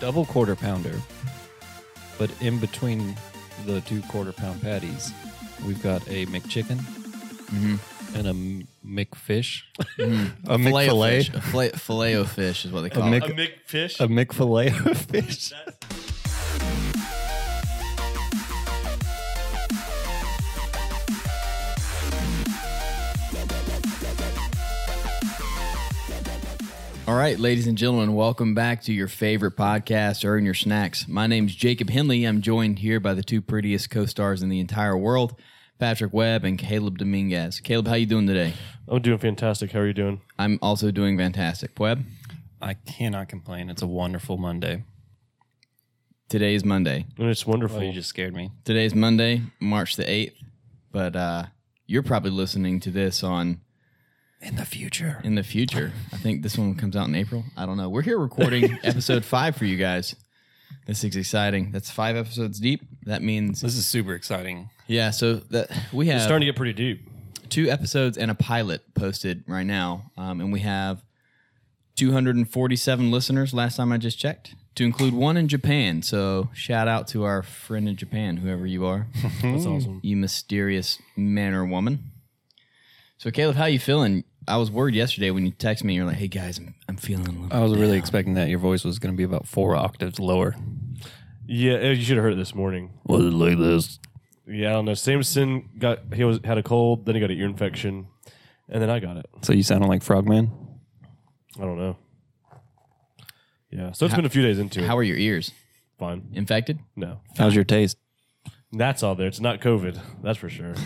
double quarter pounder, but in between the two quarter pound patties, we've got a McChicken and a M- McFish, Mm-hmm. a Filet-O-Fish. McFillet, A fla- Filet o fish is what they call Mc- it. A McFish. a McFillet of fish. All right, ladies and gentlemen, welcome back to your favorite podcast, Earn Your Snacks. My name's Jacob Henley. I'm joined here by the two prettiest co-stars in the entire world, Patrick Webb and Caleb Dominguez. Caleb, how you doing today? I'm doing fantastic. How are you doing? I'm also doing fantastic. Webb, I cannot complain. It's a wonderful Monday. today is Monday. And it's wonderful. Oh, you just scared me. Today's Monday, March the 8th, but uh, you're probably listening to this on In the future. in the future. I think this one comes out in April. I don't know. We're here recording episode five for you guys. This is exciting. That's five episodes deep. That means This is super exciting. yeah. So that we have it's starting to get pretty deep. two episodes and a pilot posted right now, um, and we have 247 listeners. Last time I just checked, to include one in Japan. So shout out to our friend in Japan, whoever you are, That's awesome. you mysterious man or woman. So Caleb, how you feeling? I was worried yesterday when you texted me. You're like, "Hey guys, I'm, I'm feeling a little." I was really expecting that your voice was going to be about four octaves lower. Yeah, eh, you should have heard it this morning. Was it like this? Yeah, I don't know. Samson got he was had a cold, then he got an ear infection, and then I got it. So you sounded like Frogman? I don't know. Yeah, so it's been a few days into it. How are your ears? Fine. Infected? No, How's your taste? that's all there. It's not COVID. That's for sure.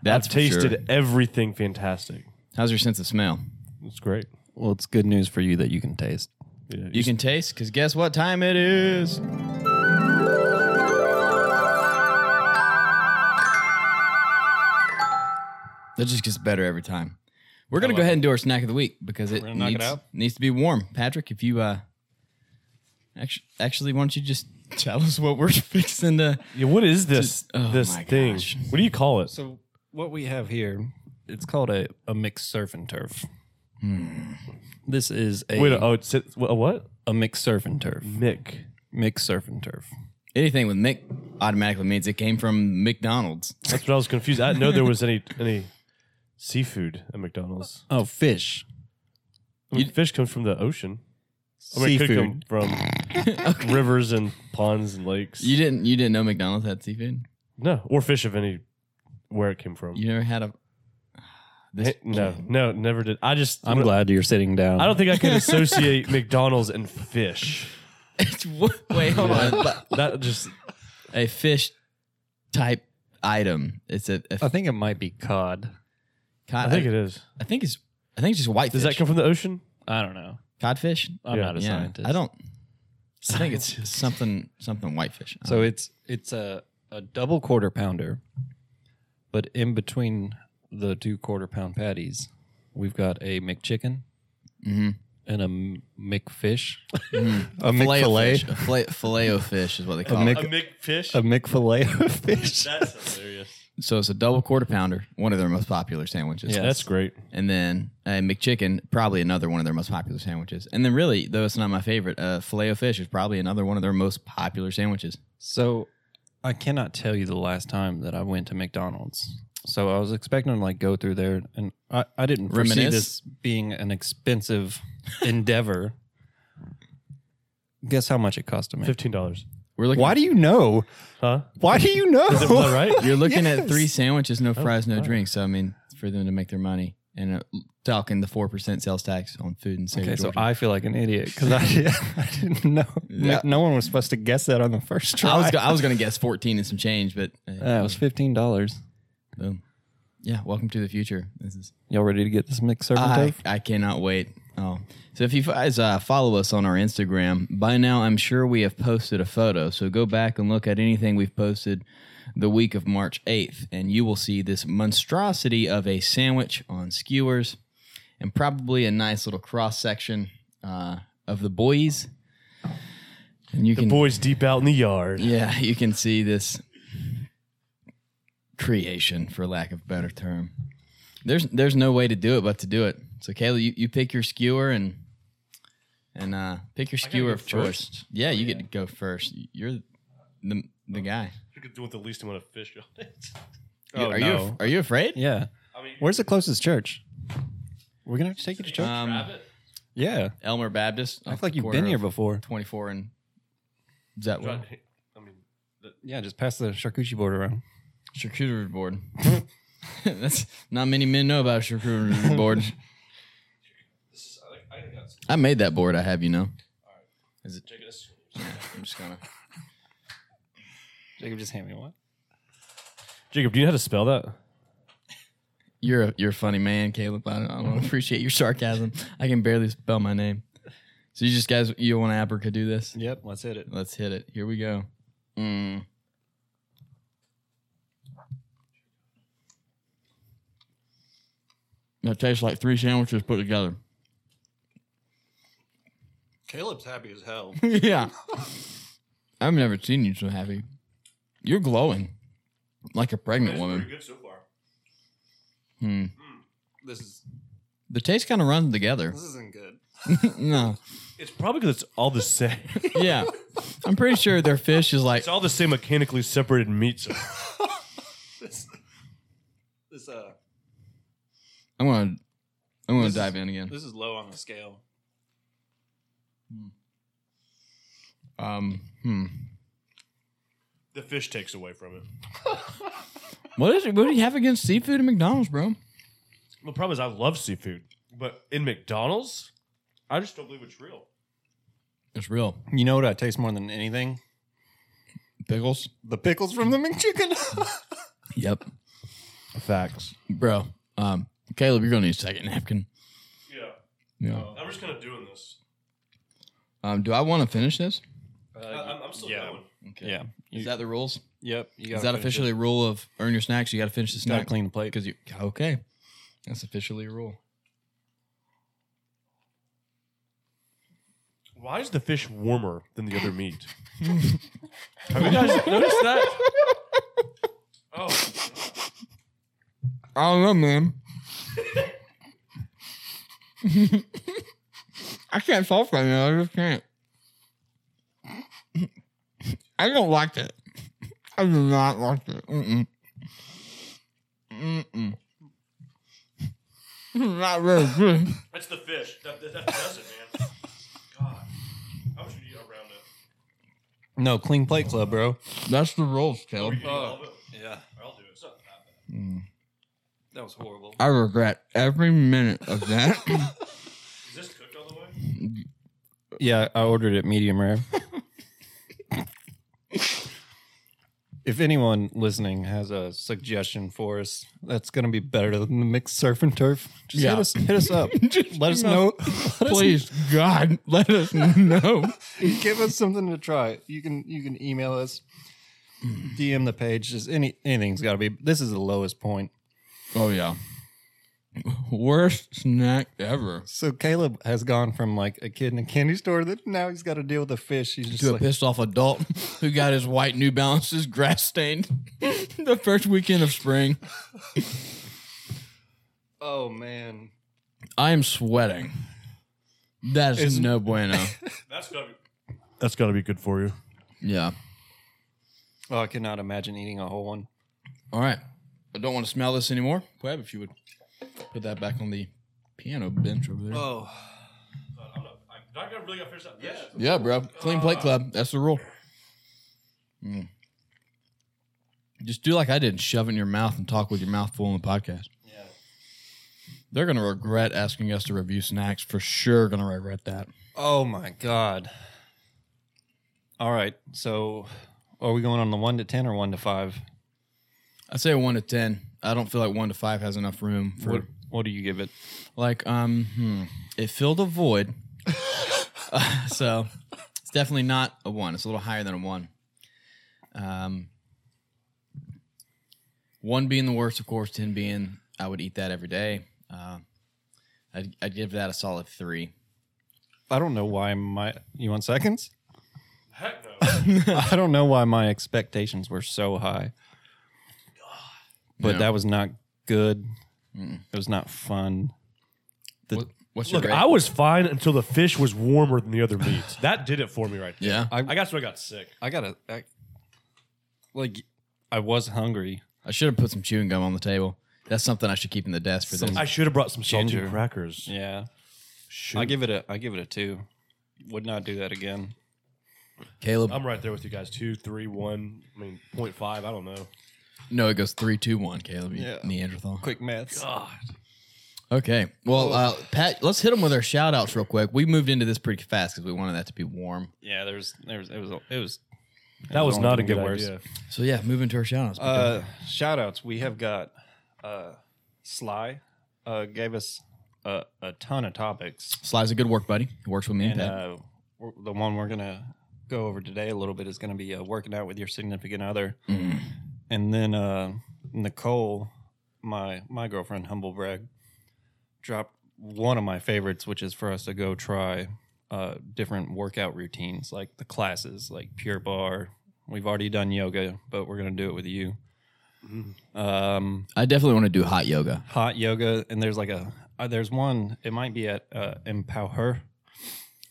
That's I've for sure. tasted everything fantastic. How's your sense of smell? It's great. Well, it's good news for you that you can taste. Yeah, you You can taste because guess what time it is? That just gets better every time. We're gonna go ahead and do our snack of the week because it, gonna knock needs, it out? needs to be warm. Patrick, if you uh, actually, actually, why don't you just tell us what we're fixing to? Yeah, what is this oh this my thing? gosh. What do you call it? So what we have here, it's called a, a mixed surf and turf. This is Hmm. a Wait, oh, it's it's- a what? a mixed surf and turf. Mick. Mixed surf and turf. Anything with Mick automatically means it came from McDonald's. That's what I was confused. I didn't know there was any any seafood at McDonald's. Oh, fish. I mean, fish comes from the ocean. I mean, it could come Seafood. from rivers and ponds and lakes. You didn't, you didn't know McDonald's had seafood. no, or fish of any where it came from. You never had a. This, Eh, no, no, never did. I just I'm glad you're sitting down. I don't think I could associate McDonald's and fish. It's what, wait, hold on. But That just a fish type item. It's a. a I think it might be cod. cod, I think it is. I think it's. I think it's just whitefish. Does that come from the ocean? I don't know. codfish? I'm Yeah. not a yeah, scientist. I don't. I think it's something something whitefish. So it's it's a a double quarter pounder, but in between the two quarter pound patties, we've got a McChicken and a M- McFish, a filet, filet, filet o fish is what they call it. A McFish. McFillet of fish. That's hilarious. So it's a double quarter pounder, one of their most popular sandwiches. Yeah. That's great. And then a McChicken, probably another one of their most popular sandwiches. And then really, though it's not my favorite, uh, filet o fish is probably another one of their most popular sandwiches. So I cannot tell you the last time that I went to McDonald's. So I was expecting to like go through there, and I, I didn't foresee Reminisce? this being an expensive endeavor. Guess how much it cost to make? Fifteen dollars. We're looking Why do you know? Huh? Why do you know? Is that right? You're looking at three sandwiches, Oh, no fries, no drinks. So I mean, for them to make their money and uh, talking the four percent sales tax on food and Okay, savings. so I feel like an idiot because I, I didn't know. Yeah. No one was supposed to guess that on the first try. I was go- I was gonna guess fourteen and some change, but uh, that was fifteen dollars. boom. Yeah, welcome to the future. This is Y'all ready to get this mixed serpent I, toast? I cannot wait. Oh, so if you guys uh, follow us on our Instagram, by now I'm sure we have posted a photo. So go back and look at anything we've posted the week of March 8th, and you will see this monstrosity of a sandwich on skewers and probably a nice little cross section uh, of the boys. And you The can, boys deep out in the yard. yeah, you can see this creation, for lack of a better term. There's there's no way to do it but to do it. So Kayla, you, you pick your skewer and and uh, pick your skewer of choice. Yeah, you get to go first. You're the the guy. You could do with the least amount of fish on it. Oh, are you af- are you afraid? Yeah. Where's the closest church? We're gonna have to take you to church. Um, Yeah. Elmer Baptist. I feel like you've been here before. Twenty four and is that what I mean, Yeah, just pass the charcuterie board around. charcuterie board. That's not many men know about charcuterie board. I got some I made that board. I have you know. Is it? chicken. I'm just gonna. Jacob, just hand me one. Jacob, do you know how to spell that? You're a, you're a funny man, Caleb. I don't, I don't appreciate your sarcasm. I can barely spell my name. So you just guys, you want Aprica do this? Yep, let's hit it. Let's hit it. Here we go. Mm. That tastes like three sandwiches put together. Caleb's happy as hell. yeah. I've never seen you so happy. You're glowing like a pregnant woman. good so far. Hmm. This is The taste kind of runs together. this isn't good. no. It's probably because it's all the same. Yeah. I'm pretty sure their fish is like it's all the same mechanically separated meats. This this uh I'm gonna I'm gonna This is- dive in again. this is low on the scale. Um, hmm. the fish takes away from it. What is it? What do you have against seafood at McDonald's, bro? The problem is, I love seafood, but in McDonald's, I just don't believe it's real. It's real You know what I taste more than anything? pickles. the pickles from the McChicken. Yep, Facts. bro. Um, Caleb, you're gonna need a second napkin. Yeah, Yeah. I'm just kind of doing this. Um, do I want to finish this? I, am still yeah. going. Okay. Yeah. Is that the rules? Yep. You Is that officially a rule of earn your snacks? You got to finish the Got to snack clean the plate. because you okay. That's officially a rule. Why is the fish warmer than the other meat? Have you guys noticed that? Oh, I don't know, man. I can't solve right now. I just can't. I don't like it. I do not like it. Mm-mm. Mm-mm. Not really good. that's the fish. That, that, that does it, man. God, I wish you'd eat around it. No, clean plate club, bro. That's the rules, Caleb. all of it. Yeah. I'll do it. It's not that bad. That was horrible. I regret every minute of that. Is this cooked all the way? Yeah, I ordered it medium rare. if anyone listening has a suggestion for us that's going to be better than the mixed surf and turf, just Yeah. hit, us, hit us up. let us know. Let us- Please, God, let us know. give us something to try. You can you can email us, DM the page. Just any anything's got to be. This is the lowest point. Oh, yeah. Worst snack ever. So Caleb has gone from like a kid in a candy store that now he's got to deal with a fish. He's just to like, a pissed off adult who got his white New Balances grass stained the first weekend of spring. oh man, I am sweating. That is no bueno. That's gotta be. That's gotta be good for you. yeah. oh I cannot imagine eating a whole one. All right. I don't want to smell this anymore. Webb, if you would put that back on the piano bench over there. Oh. I'm not, I, I gotta really gotta finish that. Yeah. yeah, bro. Clean plate club. That's the rule. Mm. Just do like I did and shove it in your mouth and talk with your mouth full on the podcast. Yeah. They're going to regret asking us to review snacks. For sure, going to regret that. Oh my god. All right, so are we going on the one to ten or one to five? I say one to ten. I don't feel like one to five has enough room for What what do you give it? like um. hmm. It filled a void, Uh, so it's definitely not a one. It's a little higher than a one. Um, one being the worst, of course. Ten being I would eat that every day. Uh, I'd, I'd give that a solid three. I don't know why my you want seconds. Heck no. I don't know why my expectations were so high. But Yeah. that was not good. It was not fun. The, What- What's Look, your I was fine until the fish was warmer than the other meats. That did it for me right there. yeah. I, I guess I got sick. I gotta I, like I was hungry. I should have put some chewing gum on the table. That's something I should keep in the desk for this. I should have brought some salted Ginger. crackers. Yeah, Shoot. I give it a I give it a two. Would not do that again. Caleb, I'm right there with you guys. Two, three, one. I mean, point five. I don't know. no, it goes three, two, one. Caleb, you Yeah. Neanderthal. Quick maths. Okay. Well, uh, Pat, let's hit them with our shout outs real quick. We moved into this pretty fast because we wanted that to be warm. Yeah, there's there's it was it was That was only not a gonna good get worse. idea. So, yeah, moving to our shout outs. Uh, shout outs. We have got uh, Sly uh, gave us a, a ton of topics. Sly's a good work buddy. He works with me and, And Pat. uh, we're- the one we're going to go over today a little bit is going to be uh, working out with your significant other. And then uh, Nicole, my, my girlfriend, Humble Brag, dropped one of my favorites, which is for us to go try uh, different workout routines, like the classes, like Pure Bar. We've already done yoga, but we're going to do it with you. Um, I definitely want to do hot yoga. hot yoga, and there's like a uh, there's one. It might be at uh, Empower.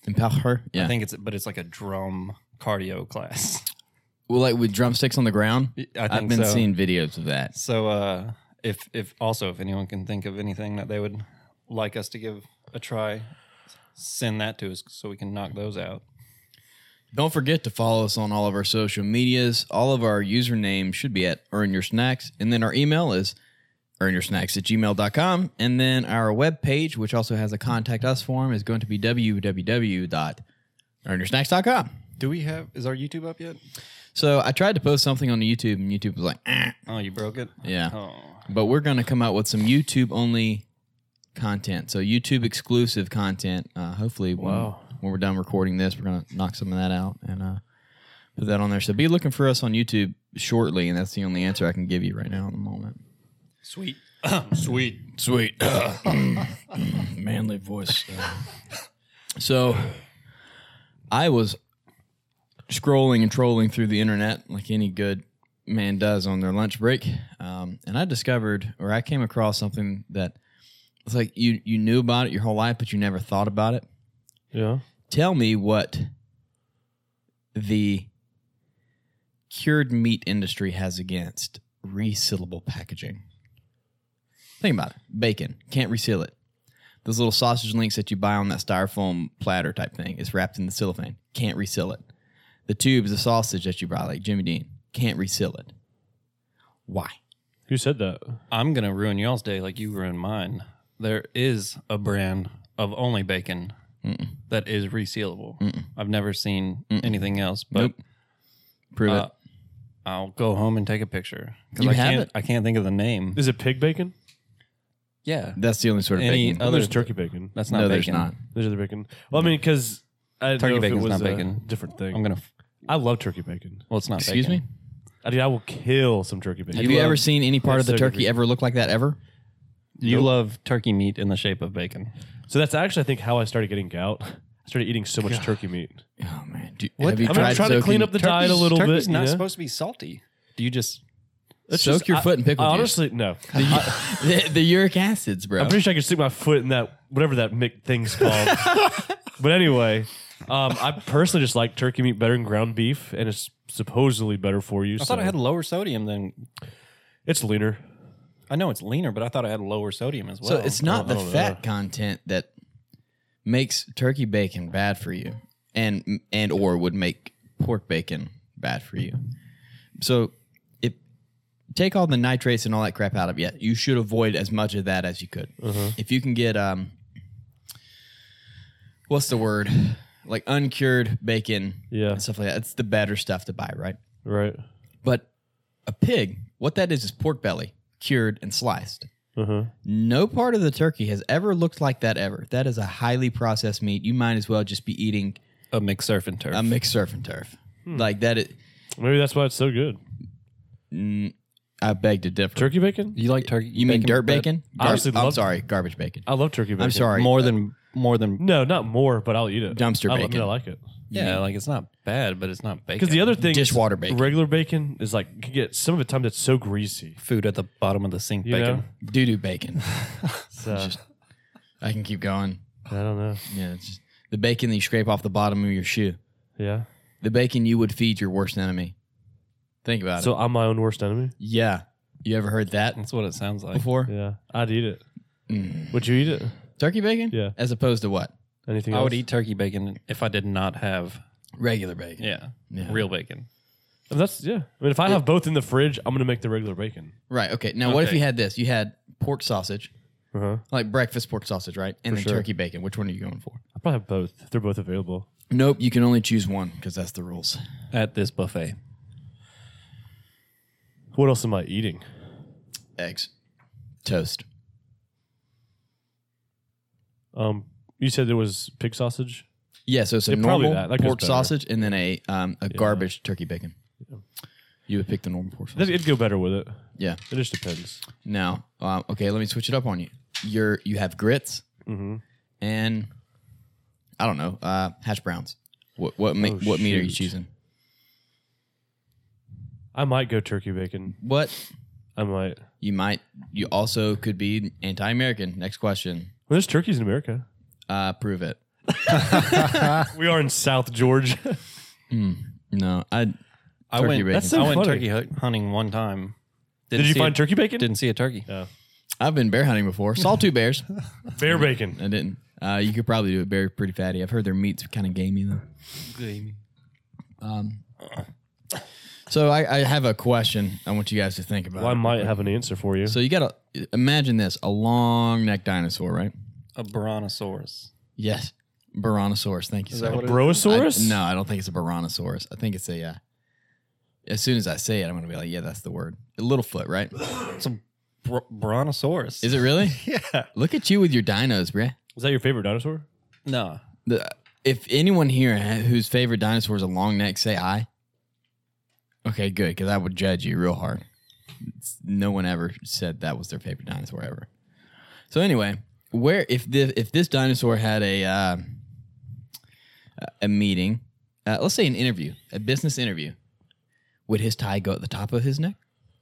Empower her. Yeah. I think it's, but it's like a drum cardio class. well, like with drumsticks on the ground. I I've think been so. seeing videos of that. So uh, if if also if anyone can think of anything that they would like us to give a try, send that to us so we can knock those out. Don't forget to follow us on all of our social medias. All of our usernames should be at Earn Your Snacks. And then our email is earnyoursnacks at gmail.com. And then our webpage, which also has a contact us form, is going to be www.earnyoursnacks.com. Do we have is our YouTube up yet? So I tried to post something on YouTube, and YouTube was like, eh. Oh, you broke it. yeah. Oh, But we're going to come out with some YouTube only content. So YouTube exclusive content. Uh, hopefully, when, when we're done recording this, we're going to knock some of that out and uh, put that on there. So be looking for us on YouTube shortly. And that's the only answer I can give you right now at the moment. sweet, sweet. Sweet. Manly voice. so I was scrolling and trolling through the internet like any good man does on their lunch break. Um, and I discovered or I came across something that it's like you, you knew about it your whole life, but you never thought about it. Yeah. Tell me what the cured meat industry has against resealable packaging. Think about it. Bacon can't reseal it. Those little sausage links that you buy on that styrofoam platter type thing is wrapped in the cellophane. Can't reseal it. The tubes of sausage that you buy, like Jimmy Dean, can't reseal it. Why? Who said that? I'm gonna ruin y'all's day like you ruined mine. There is a brand of only bacon that is resealable. I've never seen anything else, but Nope. Prove Uh, I'll go home and take a picture because You I have can't. it? I can't think of the name. Is it pig bacon? Yeah, it. That's the only sort of any bacon. other- there's turkey bacon. that's not no, there's bacon. not. There's other bacon. Well, I mean, because Turkey turkey bacon bacon's not was a bacon. different I'm thing. gonna. f- I love turkey bacon. Well, it's not. Excuse bacon. uh, me? I mean, I will kill some turkey bacon. Have you, love- ever seen any part of the Yes, sir. turkey ever look like that ever? You love turkey meat in the shape of bacon. So that's actually, I think, how I started getting gout. I started eating so much turkey meat. Oh man, Do, What? have you I I mean, mean, tried I'm trying to clean soaking- up the diet a Turkey's- little turkey's bit. not supposed to be salty. Do you just? soak your foot in pickle juice. Honestly, no. the, the uric acids, bro. I'm pretty sure I could stick my foot in that whatever that Mick thing's called. but anyway, um, I personally just like turkey meat better than ground beef, and it's supposedly better for you. I so thought I had lower sodium than. it's leaner. I know it's leaner, but I thought I had lower sodium as well. so it's not I the don't know. fat content that makes turkey bacon bad for you, and and or would make pork bacon bad for you. So if take all the nitrates and all that crap out of it, you should avoid as much of that as you could. Mm-hmm. If you can get um, what's the word? Like uncured bacon, Yeah. and stuff like that. It's the better stuff to buy, right? Right. But a pig, what that is, is pork belly cured and sliced. Uh-huh. No part of the turkey has ever looked like that ever. That is a highly processed meat. You might as well just be eating a mixed surf and turf. a mixed surf and turf. Hmm. Like that. It, Maybe that's why it's so good. I beg to differ. Turkey bacon? you like turkey? you mean dirt bacon? I honestly I'm love- sorry, garbage bacon. I love turkey bacon. I'm sorry. More than more than. No, not more, but I'll eat it. Dumpster I, I mean, bacon. I like it. Yeah, like it's not bad, but it's not bacon. Because the other thing, is Dishwater bacon. regular bacon is like you can get some of the time that's so greasy. food at the bottom of the sink You bacon. know? doo doo bacon. So, Uh, I can keep going. I don't know. Yeah, it's just the bacon that you scrape off the bottom of your shoe. Yeah. The bacon you would feed your worst enemy. Think about it. So I'm my own worst enemy. Yeah. You ever heard that That's what it sounds like. before? Yeah, I'd eat it. Mm. Would you eat it? Turkey bacon? Yeah. As opposed to what? Anything? I would else? eat turkey bacon if I did not have Regular bacon. yeah, Yeah. real bacon. That's yeah. I mean, if I have both in the fridge, I'm gonna make the regular bacon. Right. Okay. Now, what if Okay. you had this? You had pork sausage, Uh huh. like breakfast pork sausage, right? And For then sure. turkey bacon. Which one are you going for? I probably have both. They're both available. Nope. You can only choose one because that's the rules. At this buffet, What else am I eating? Eggs, toast. Um, you said there was pig sausage. Yeah. So it's a Yeah, probably normal that. That goes pork better. sausage and then a um, a garbage turkey bacon. You would pick the normal pork That- sausage. It'd go better with it. Yeah. It just depends. Now, um, okay, let me switch it up on you. You're you have grits Mhm. and I don't know uh, hash browns. What what ma- what meat are you Oh, shoot. choosing? I might go turkey bacon. What I might. Well, you might you also could be anti-American. Next question. there's turkeys in America. Uh, prove it. We are in South Georgia. No, I I Turkey went. bacon. That's That's so I went funny. turkey hu- hunting one time. Didn't Did you see find a, turkey bacon? Didn't see a turkey. I've been bear hunting before. Saw two bears. Bear bacon. I didn't. Uh, you could probably do it. Bear pretty fatty. I've heard their meat's kind of gamey though. Um, so I, I have a question. I want you guys to think about. Well, I it. might have an answer for you. So you gotta imagine this: a long neck dinosaur, right? A brontosaurus. Yes, Baronosaurus. Thank you. Is so that much. what it Brosaurus? I- no, I don't think it's a Baronosaurus. I think it's a. Uh, as soon as I say it, I'm gonna be like, yeah, that's the word. A Littlefoot, right? It's a br- brontosaurus. Is it really? Yeah. Look at you with your dinos, bruh. Is that your favorite dinosaur? No. The, if anyone here ha- whose favorite dinosaur is a long neck, say hi. Okay, good, because I would judge you real hard. It's- no one ever said that was their favorite dinosaur ever. So anyway, where if the if this dinosaur had a uh, a meeting, uh, let's say an interview, a business interview, would his tie go at the top of his neck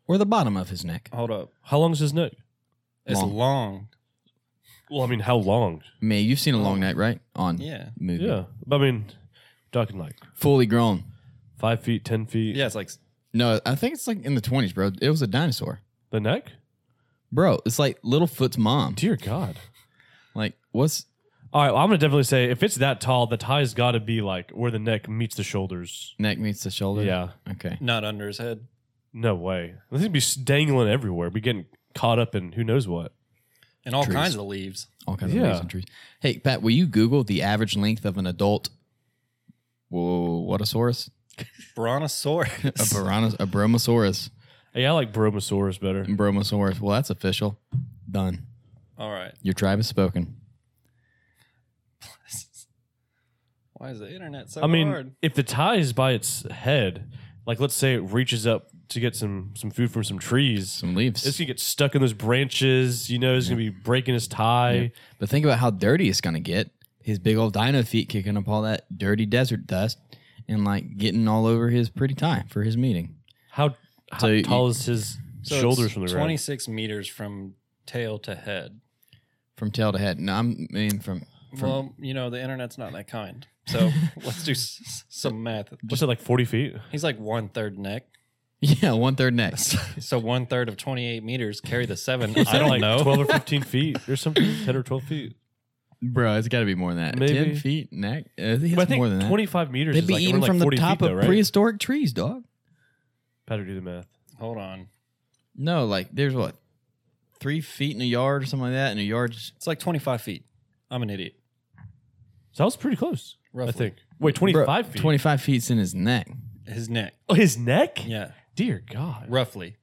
or the bottom of his neck? Hold up. How long is his neck? It's Long. long. Well, I mean, how long? I mean, you've seen a long neck, right? On Oh. Yeah. movie, Yeah. But I mean, talking like fully grown. five feet, ten feet. Yeah. It's like No, I think it's like in the twenties, bro. It was a dinosaur. The neck? Bro, it's like Littlefoot's mom. Dear God. Like, what's All right. Well, I'm gonna definitely say if it's that tall, the tie's got to be like where the neck meets the shoulders. neck meets the shoulder? Yeah. Okay. not under his head. No way. This would be s- dangling everywhere. Be getting caught up in who knows what. And all Trees. kinds of leaves. All kinds of Yeah. leaves and trees. Hey, Pat, will you Google the average length of an adult? Whoa, what a saurus? Brontosaurus. A Baronos, a Bromosaurus. Hey, I like Bromosaurus Mm. better. Bromosaurus. Well, that's official. Done. all right. Your tribe has spoken. Why is the internet so I mean, hard? if the tie is by its head, like let's say it reaches up to get some some food from some trees, Some leaves. it's gonna get stuck in those branches. You know, it's gonna be breaking his tie. But think about how dirty it's gonna get. His big old dino feet kicking up all that dirty desert dust and like getting all over his pretty tie for his meeting. How how So you- tall is his So shoulders it's from the ground? 26 meters from tail to head. From tail to head. No, I'm- I mean from well, you know, the internet's not that kind. So let's do s- s- some math. What's it like? Forty feet? He's like one third neck. Yeah, one third neck. So one third of 28 meters, carry the seven. I like don't know. Twelve or fifteen feet or something. Ten or twelve feet. Bro, it's got to be more than that. Maybe. 10 feet neck? Uh, I think But I it's think more than that. twenty-five meters. They'd is be like eating around, from the like 40 top feet, of though, right? prehistoric trees, dog. Patrick, do the math. Hold on. No, like there's what? Three feet in a yard or something like that, and a yard's It's like 25 feet. I'm an idiot. So that was pretty close. Roughly. I think. Wait, twenty-five feet. 25 feet's in his neck. His neck. Oh, his neck. Yeah. Dear God. Roughly.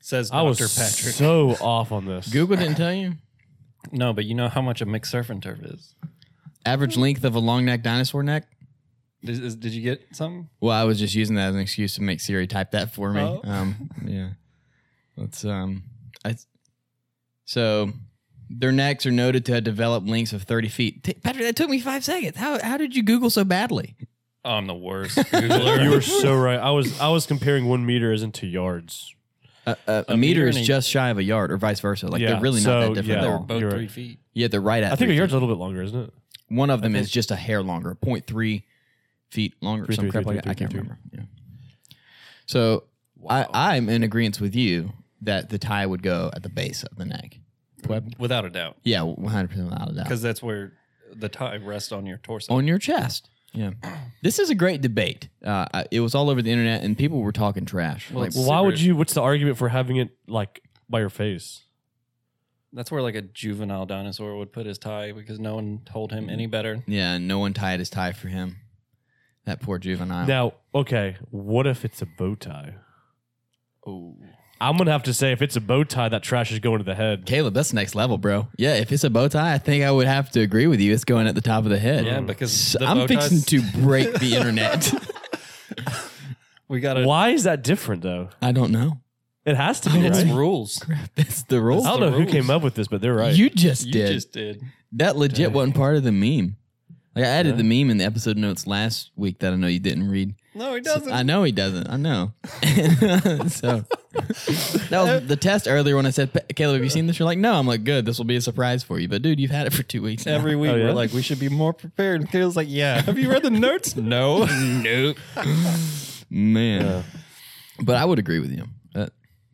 Says Dr. I was Patrick. so off on this. Google didn't tell you. no, but you know how much a mixed surf and turf is. Average length of a long neck dinosaur neck? Did, is- did you get something? Well, I was just using that as an excuse to make Siri type that for me. Oh. Um, yeah. Let's um I so their necks are noted to have developed lengths of 30 feet. T- Patrick, that took me five seconds. How how did you Google so badly? Oh, I'm the worst Googler. You were so right. I was I was comparing one meter as into yards. A, a, a A meter meter is and a- just shy of a yard, or vice versa. Like Yeah, they're really so, not that different yeah. at They're all. both You're three right. feet. Yeah, they're right at. I think three a yard's feet. a little bit longer, isn't it? One of them is just a hair longer, 0.3 feet longer, Three, some three, crap like three, that. three, I can't three, remember. Yeah. So I, I'm in agreement with you that the tie would go at the base of the neck. Without a doubt. Yeah, 100 percent without a doubt. Because that's where the tie rests on your torso. on your chest. Yeah, this is a great debate. Uh, I- it was all over the internet, and people were talking trash. Well, like, it's- Well, why would Cigarette. you? What's the argument for having it like by your face? That's where like a juvenile dinosaur would put his tie because no one told him any better. yeah, no one tied his tie for him. That poor juvenile. Now, okay, what if it's a bow tie? I'm gonna have to say, if it's a bow tie, that trash is going to the head. Caleb, that's next level, bro. Yeah, if it's a bow tie, I think I would have to agree with you. It's going at the top of the head. Yeah, because S- the I'm bow ties- fixing to break the internet. We got to. Why is that different though? I don't know. It has to be. It's right? rules. That's the rule. I don't know who came up with this, but they're right. You just You did. just did. that legit wasn't part of the meme. Like I added the meme in the episode notes last week that I know you didn't read. No, he So- doesn't. I know he doesn't. I know. so that was the test earlier when I said, "Pa- Caleb, have you seen this? You're like, no. I'm like, good. This will be a surprise for you. But dude, you've had it for two weeks. now. Every week Oh, yeah? we're like, we should be more prepared. And Caleb's like, yeah. Have you read the notes? no. Nope. man. But I would agree with you. Uh,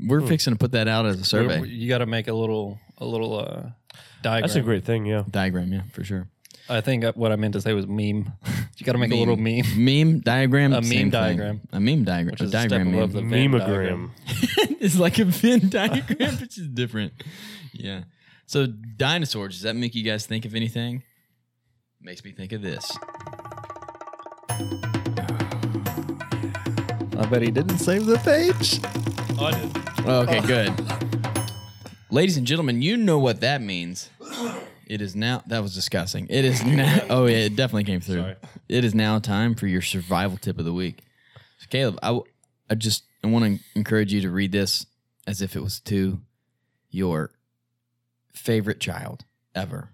we're Hmm. fixing to put that out as a survey You got to make a little a little uh, diagram. That's a great thing. Yeah. diagram. Yeah, for sure. I think what I meant to say was meme. You got to make a little meme. Meme diagram. A meme same thing. diagram. A meme diagram. is a a step diagram. above meme. the- Venn Memogram. diagram. it's like a Venn diagram, which is different. Yeah. So dinosaurs. Does that make you guys think of anything? Makes me think of this. I bet he didn't save the page. Oh, Oh, Okay, good. Ladies and gentlemen, you know what that means. It is now. That was disgusting. It is now. Oh, yeah, it definitely came through. It is now time for your survival tip of the week. So Caleb, I, w- I just I want to encourage you to read this as if it was to your favorite child ever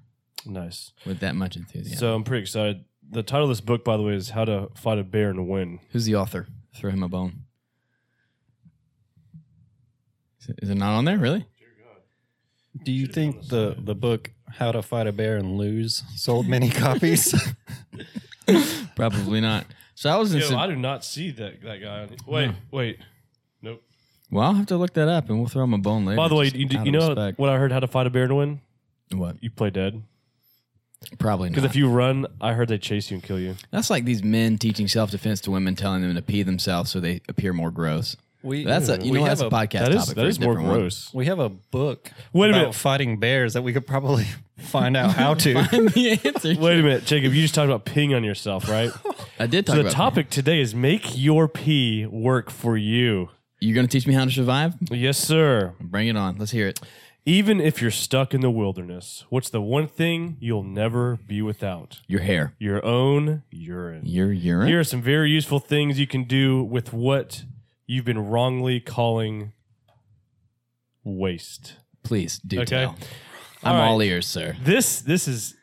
Nice. with that much enthusiasm. So I'm pretty excited. The title of this book, by the way, is How to Fight a Bear and Win. Who's the author? Throw him a bone. Is it- Is it not on there? Really? Do you think the the book How to Fight a Bear and Lose sold many copies? Probably not. So I was in. Yo, some- I do not see that that guy. Wait, wait. Nope. Well, I'll have to look that up, and we'll throw him a bone later. By the way, just you, out you of know respect. what I heard? How to fight a bear and win? what? You play dead. Probably not. Because if you run, I heard they chase you and kill you. That's like these men teaching self-defense to women, telling them to pee themselves so they appear more gross. We That's a you we know that's a have podcast That is topic. that for a is more different one. gross. We have a book Wait a about minute. fighting bears that we could probably find out how to. the answer. Wait a minute, Jacob. You just talked about peeing on yourself, right? I did talk so the about topic today is make your pee work for you. You're going to teach me how to survive? Yes, sir. Bring it on. Let's hear it. Even if you're stuck in the wilderness, what's the one thing you'll never be without? Your hair, Your own urine. your urine. Here are some very useful things you can do with what you've been wrongly calling waste. Please do Okay. tell. I'm All right. all ears, sir. This this is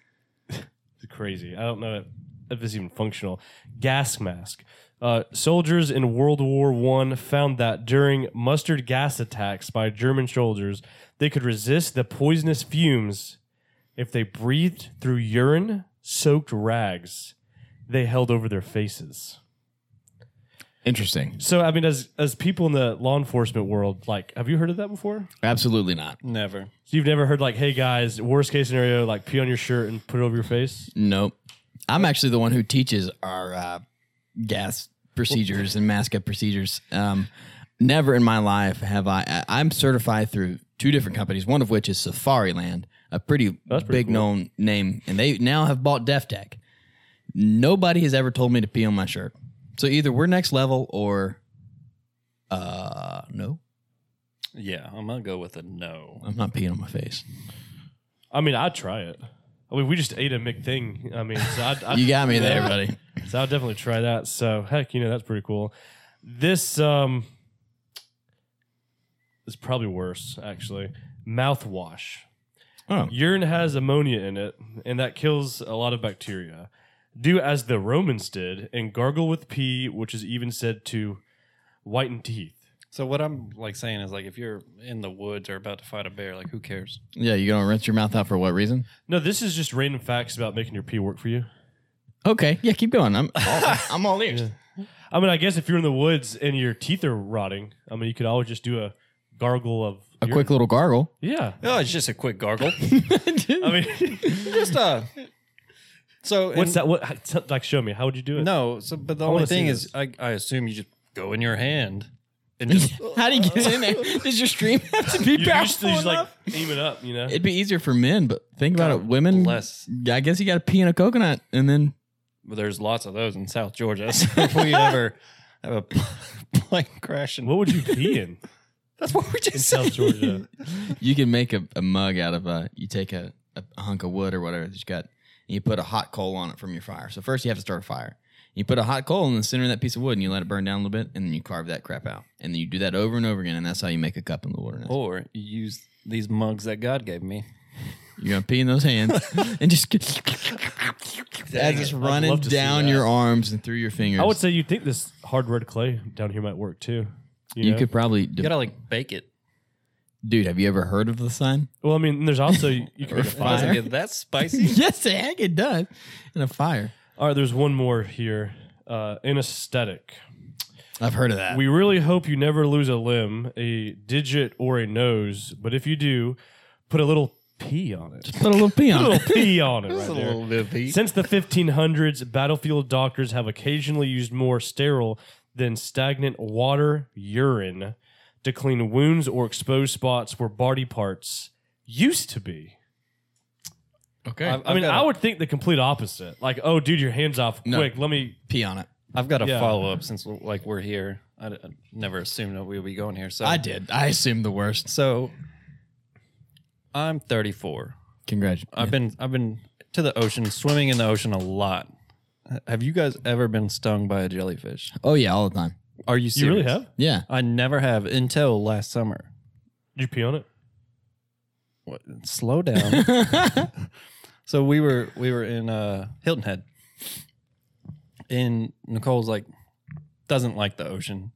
crazy. I don't know if it's even functional. Gas mask. Uh, soldiers in World War One found that during mustard gas attacks by German soldiers, they could resist the poisonous fumes if they breathed through urine soaked rags they held over their faces. Interesting. So I mean, as as people in the law enforcement world, like, have you heard of that before? Absolutely not. Never. So you've never heard like, hey guys, worst case scenario, like pee on your shirt and put it over your face. Nope. I'm actually the one who teaches our uh, gas procedures and mask up procedures. Um, never in my life have I, I. I'm certified through two different companies, one of which is Safariland, a pretty, That's pretty big cool. known name, and they now have bought DefTech. Nobody has ever told me to pee on my shirt. So either we're next level or uh no, Yeah, I'm gonna go with a no. I'm not peeing on my face. I mean, I'd try it. I mean, we just ate a McThing. I mean, so I'd, I'd, You got me there, buddy. so I'd definitely try that. So heck, you know, that's pretty cool. This um is probably worse actually. Mouthwash. Oh. Urine has ammonia in it, and that kills a lot of bacteria. Do as the Romans did and gargle with pee, which is even said to whiten teeth. So what I'm like saying is like if you're in the woods or about to fight a bear, like who cares? Yeah, you gonna rinse your mouth out for what reason? No, this is just random facts about making your pee work for you. Okay, yeah, keep going. I'm all, I'm all ears. I mean, I guess if you're in the woods and your teeth are rotting, I mean, you could always just do a gargle of A urine. quick little gargle. Yeah, Oh, it's just a quick gargle. I mean, just uh. So what's and- that? What t- like? Show me. How would you do it? No. So, but the wanna only see thing this. is, I, I assume you just go in your hand and just How do you get in there? Does your stream have to be you, you just, you just like aim it up. You know, It'd be easier for men, but think about it, women. bless. I guess you got to pee in a coconut, and then There's lots of those in South Georgia. So if we ever have a pl- plane crash, and what would you pee in? that's what we in just South Georgia. you can make a, a mug out of a. You take a, a, hunk of wood or whatever that you got, and you put a hot coal on it from your fire. So first you have to start a fire. You put a hot coal in the center of that piece of wood, and you let it burn down a little bit, and then you carve that crap out, and then you do that over and over again, and that's how you make a cup in the water. Or you use these mugs that God gave me. You're gonna pee in those hands, and just as it's running love to see down that. your arms and through your fingers. I would say you think this hard red clay down here might work too. You, you know? could probably, You gotta like bake it. dude. Have you ever heard of the sign? Well, I mean, there's also you could make a Why does fire. it get that spicy? yes, the heck it does. And a fire. All right, there's one more here. Uh, anesthetic. I've heard of that. We really hope you never lose a limb, a digit, or a nose. But if you do, put a little pee on it. put a little pee Put on a it. little pee on it. right there. bit of heat. Since the 1500s, battlefield doctors have occasionally used more sterile than stagnant water, urine, to clean wounds or expose spots where body parts used to be. Okay. I've, I mean, I would think the complete opposite. Like, oh, duuld your hands off No. quick. Let me. pee on it. I've got a Yeah. follow up since like we're here. I, I never assumed that we would be going here. So I did. I assumed the worst. So I'm 34. Congratulations. I've been I've been to the ocean, swimming in the ocean a lot. H- Have you guys ever been stung by a jellyfish? Oh yeah, all the time. Are you You serious? really have? Yeah. I never have until last summer. Did you pee on it? What? Slow down. so we were we were in uh, Hilton Head, and Nicole's like doesn't like the ocean.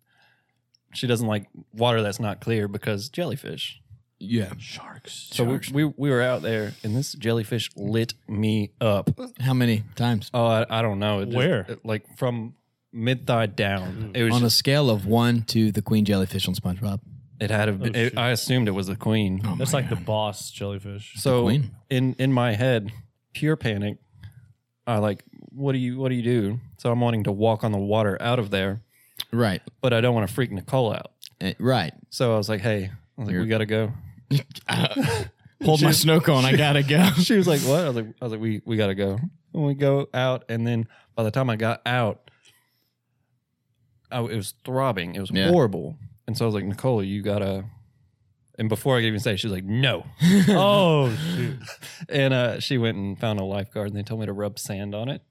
She doesn't like water that's not clear because jellyfish. Yeah. Sharks. So we, we we were out there, and this jellyfish lit me up. How many times? Oh, I, I don't know. It just- Where? Mm-hmm. it, like from mid thigh down. It was. on a Just, scale of one to the queen jellyfish on SpongeBob. Oh it had. A, it- shit. I assumed it was the queen. That's like the boss jellyfish. so queen. in in my head, pure panic. I like. What do you What do you do? So I'm wanting to walk on the water out of there, Right. but I don't want to freak Nicole out. Eh, right. So I was like, Hey, I was like, we gotta go. Hold my snow cone. I gotta go. She was like, What? I was like, I was like, we we gotta go. And we go out, and then by the time I got out, I, it was throbbing. It was Yeah. horrible. And so I was like, Nicole, you gotta. And before I could even say, it, she was like, "No," oh, shoot. and uh, she went and found a lifeguard, and they told me to rub sand on it.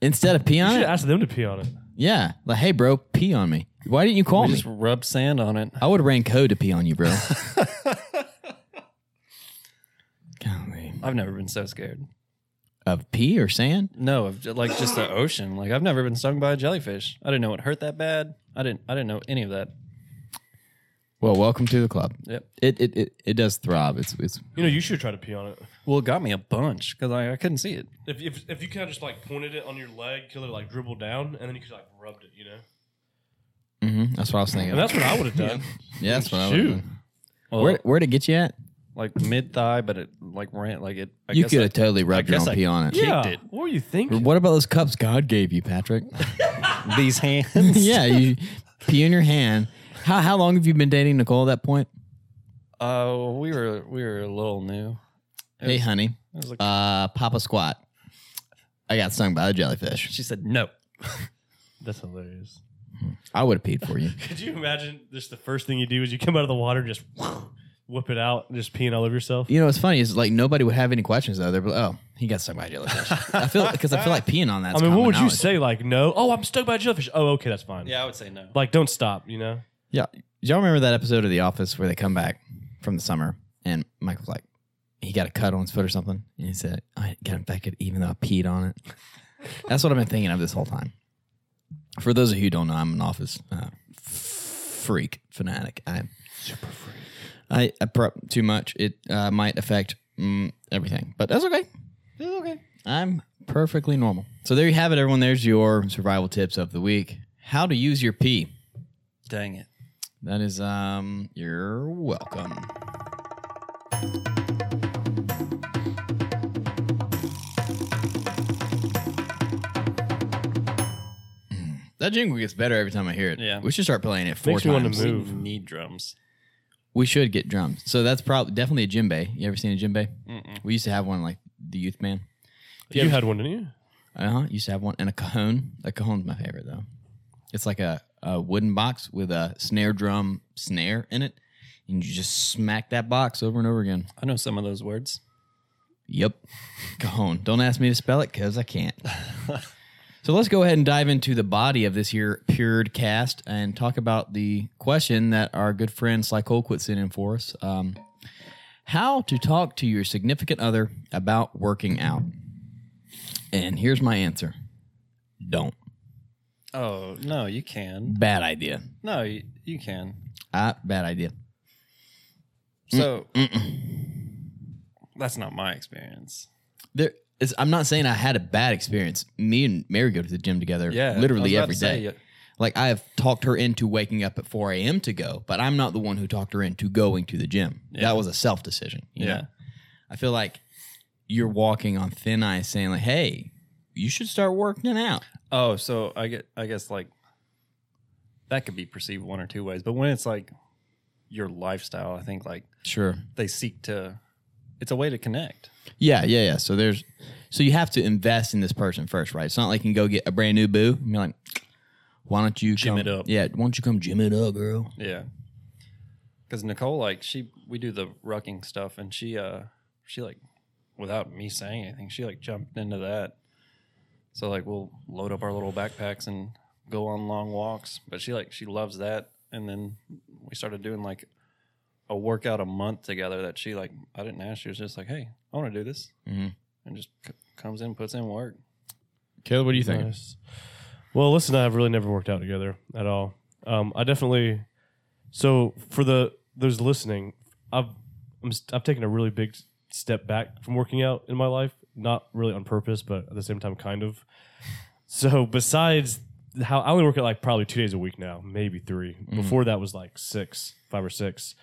Instead of pee You on should it. ask them to pee on it. Yeah. Like, hey, bro, pee on me. Why didn't you call We me? just rubbed sand on it. I would rain code to pee on you, bro. Golly. I've never been so scared. Of pee or sand? No, of ju- like just the ocean. Like I've never been stung by a jellyfish. I didn't know it hurt that bad. I didn't. I didn't know any of that. Well, welcome to the club. Yep. It it, it, it does throb. It's it's You know, you should try to pee on it. Well, it got me a bunch because I, I couldn't see it. If, if, if you kind of just like pointed it on your leg, till it like dribbled down, and then you could like rubbed it, you know? Mhm. that's what I was thinking. And that's what I would have done. yeah, that's what I Shoot. was. Well, Where where'd it get you at? like mid thigh, but it like ran like it. I you guess could I- have totally rubbed your guess own I- pee on it. yeah. kicked it. What were you thinking? What about those cups God gave you, Patrick? these hands. yeah, you pee in your hand. How how long have you been dating Nicole at that point? Uh, we were we were a little new. Hey, honey, was like- uh, Papa Squat. I got stung by a jellyfish. She said no. That's hilarious. I would have peed for you. Could you imagine just the first thing you do is you come out of the water, just whip it out, and just peeing all over yourself? You know, what's funny is like nobody would have any questions though. They're like, oh, he got stung by a jellyfish. I feel because I feel like peeing on that. I mean, what would you say? Like, no? Oh, I'm stuck by a jellyfish. Oh, okay, that's fine. I would say no. Like, don't stop, you know? Yeah. Do y'all remember that episode of The Office where they come back from the summer and Michael's like, he got a cut on his foot or something? And he said, I got infected even though I peed on it. That's what I've been thinking of this whole time. For those of you who don't know, I'm an office uh, freak fanatic. I'm super freak. I, I prep too much. It uh, might affect mm, everything, but that's okay. It's okay. I'm perfectly normal. So there you have it, everyone. There's your survival tips of the week. How to use your pee. Dang it. That is, um, you're welcome. Hmm. That jingle gets better every time I hear it. Yeah. we should start playing it four Makes me wanna times. move. We need drums. We should get drums. So that's probably definitely a djembe. You ever seen a djembe? Mm-mm. We used to have one like the youth band. You, had one, didn't you? Uh huh. Used to have one and a cajon. A cajon's my favorite though. It's like a, a wooden box with a snare drum snare in it, and you just smack that box over and over again. I know some of those words. Yep. Cajon. Don't ask me to spell it because I can't. so let's go ahead and dive into the body of this here pured cast and talk about the question that our good friend Slycole quit sending in for us. Um, how to talk to your significant other about working out. And here's my answer. Don't. Oh, no, you can. Bad idea. No, you, you can. Ah, bad idea. So, that's not my experience. There is, I'm not saying I had a bad experience. Me and Mary go to the gym together Yeah. literally I was about every to say, day. yeah. Like I have talked her into waking up at 4 a.m. to go, but I'm not the one who talked her into going to the gym. That was a self decision. you Yeah. know? I feel like you're walking on thin ice saying like, hey, you should start working out. Oh, so I get I guess like that could be perceived one or two ways, but when it's like your lifestyle, I think like Sure. they seek to it's a way to connect. Yeah, yeah, yeah. So there's so you have to invest in this person first, right? It's not like you can go get a brand new boo and be like, why don't you Gym come, it up. Yeah, why don't you come gym it up, girl? Yeah. Cuz Nicole like she we do the rucking stuff and she uh she like without me saying anything, she like jumped into that. So like we'll load up our little backpacks and go on long walks, but she like she loves that and then we started doing like a workout a month together that she like I didn't ask she was just like, "Hey, I want to do this." Mhm. And just c- comes in, puts in work. Caleb, what do you Nice. Well, listen, I've really never worked out together at all. Um, I definitely. So for the those listening, I've I'm, s- I've taken a really big s- step back from working out in my life. Not really on purpose, but at the same time, kind of. So besides how I only work out like probably two days a week now, maybe 3 Before that was like six, five or six.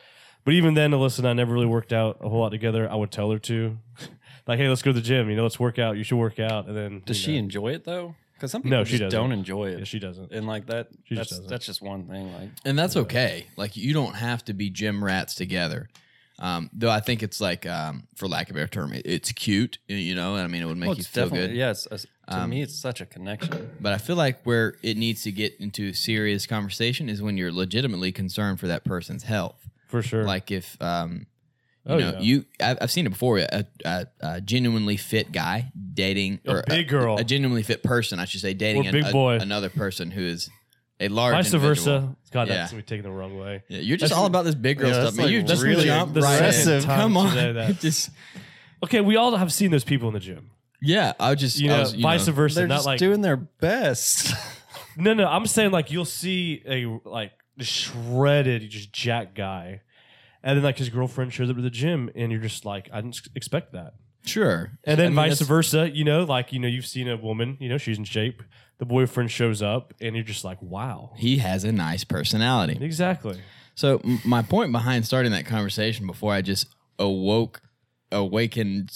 But even then, listen, I never really worked out a whole lot together. I would tell her to, like, hey, let's go to the gym. You know, let's work out. You should work out. And then Does you she know. enjoy it though? Cuz some people No, she just doesn't. don't enjoy it. Yeah, she doesn't. and like that She that's just doesn't. that's just one thing like and that's okay. Like you don't have to be gym rats together. Um, though I think it's like, um, for lack of a better term, it, it's cute. y- You know, I mean, it would make Well, you it's feel definitely- good. Um, Yeah, it's, it's- to me, it's such a connection. But I feel like where it needs to get into serious conversation is when you're legitimately concerned for that person's health. For sure. Like if, um, you Oh, know, yeah. you I've, I've seen it before. A, a, a genuinely fit guy dating A big girl. a, genuinely fit person, I should say, dating Or a- big a- boy. another person who is a large vice individual. versa. God, Yeah. that's gonna be taken the wrong way. Yeah, you're just all about this big girl yeah, stuff. that's, man. like, you just really jump the right second in. time Come on, today that- just Okay, we all have seen those people in the gym. yeah. I was just You I know, was, you vice know, versa. They're not just like doing their best. no, no. I'm saying like you'll see a like shredded, just jack guy, and then like his girlfriend shows up to the gym, and you're just like, I didn't s- expect that. sure. And then I mean, vice that's- versa, you know, like you know, you've seen a woman, you know, she's in shape. The boyfriend shows up, and you're just like, wow. He has a nice personality. Exactly. So m- my point behind starting that conversation before I just awoke, awakened,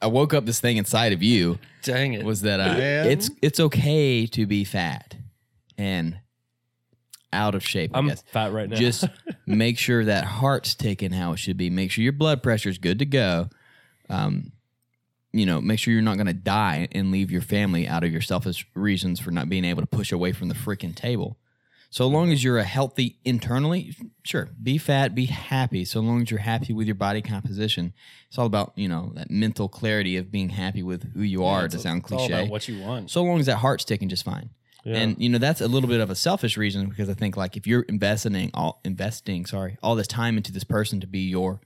I woke up this thing inside of you Dang it. was that uh, it's it's okay to be fat and out of shape. I I'm guess. fat right now. Just make sure that heart's ticking how it should be. Make sure your blood pressure's good to go. Um, you know, make sure you're not going to die and leave your family out of your selfish reasons for not being able to push away from the freaking table. So long as you're a healthy internally, sure, be fat, be happy. So long as you're happy with your body composition, it's all about you know that mental clarity of being happy with who you are. to sound It's all cliche, about what you want. so long as that heart's ticking just fine. And you know that's a little bit of a selfish reason because I think like if you're investing all investing sorry all this time into this person to be your,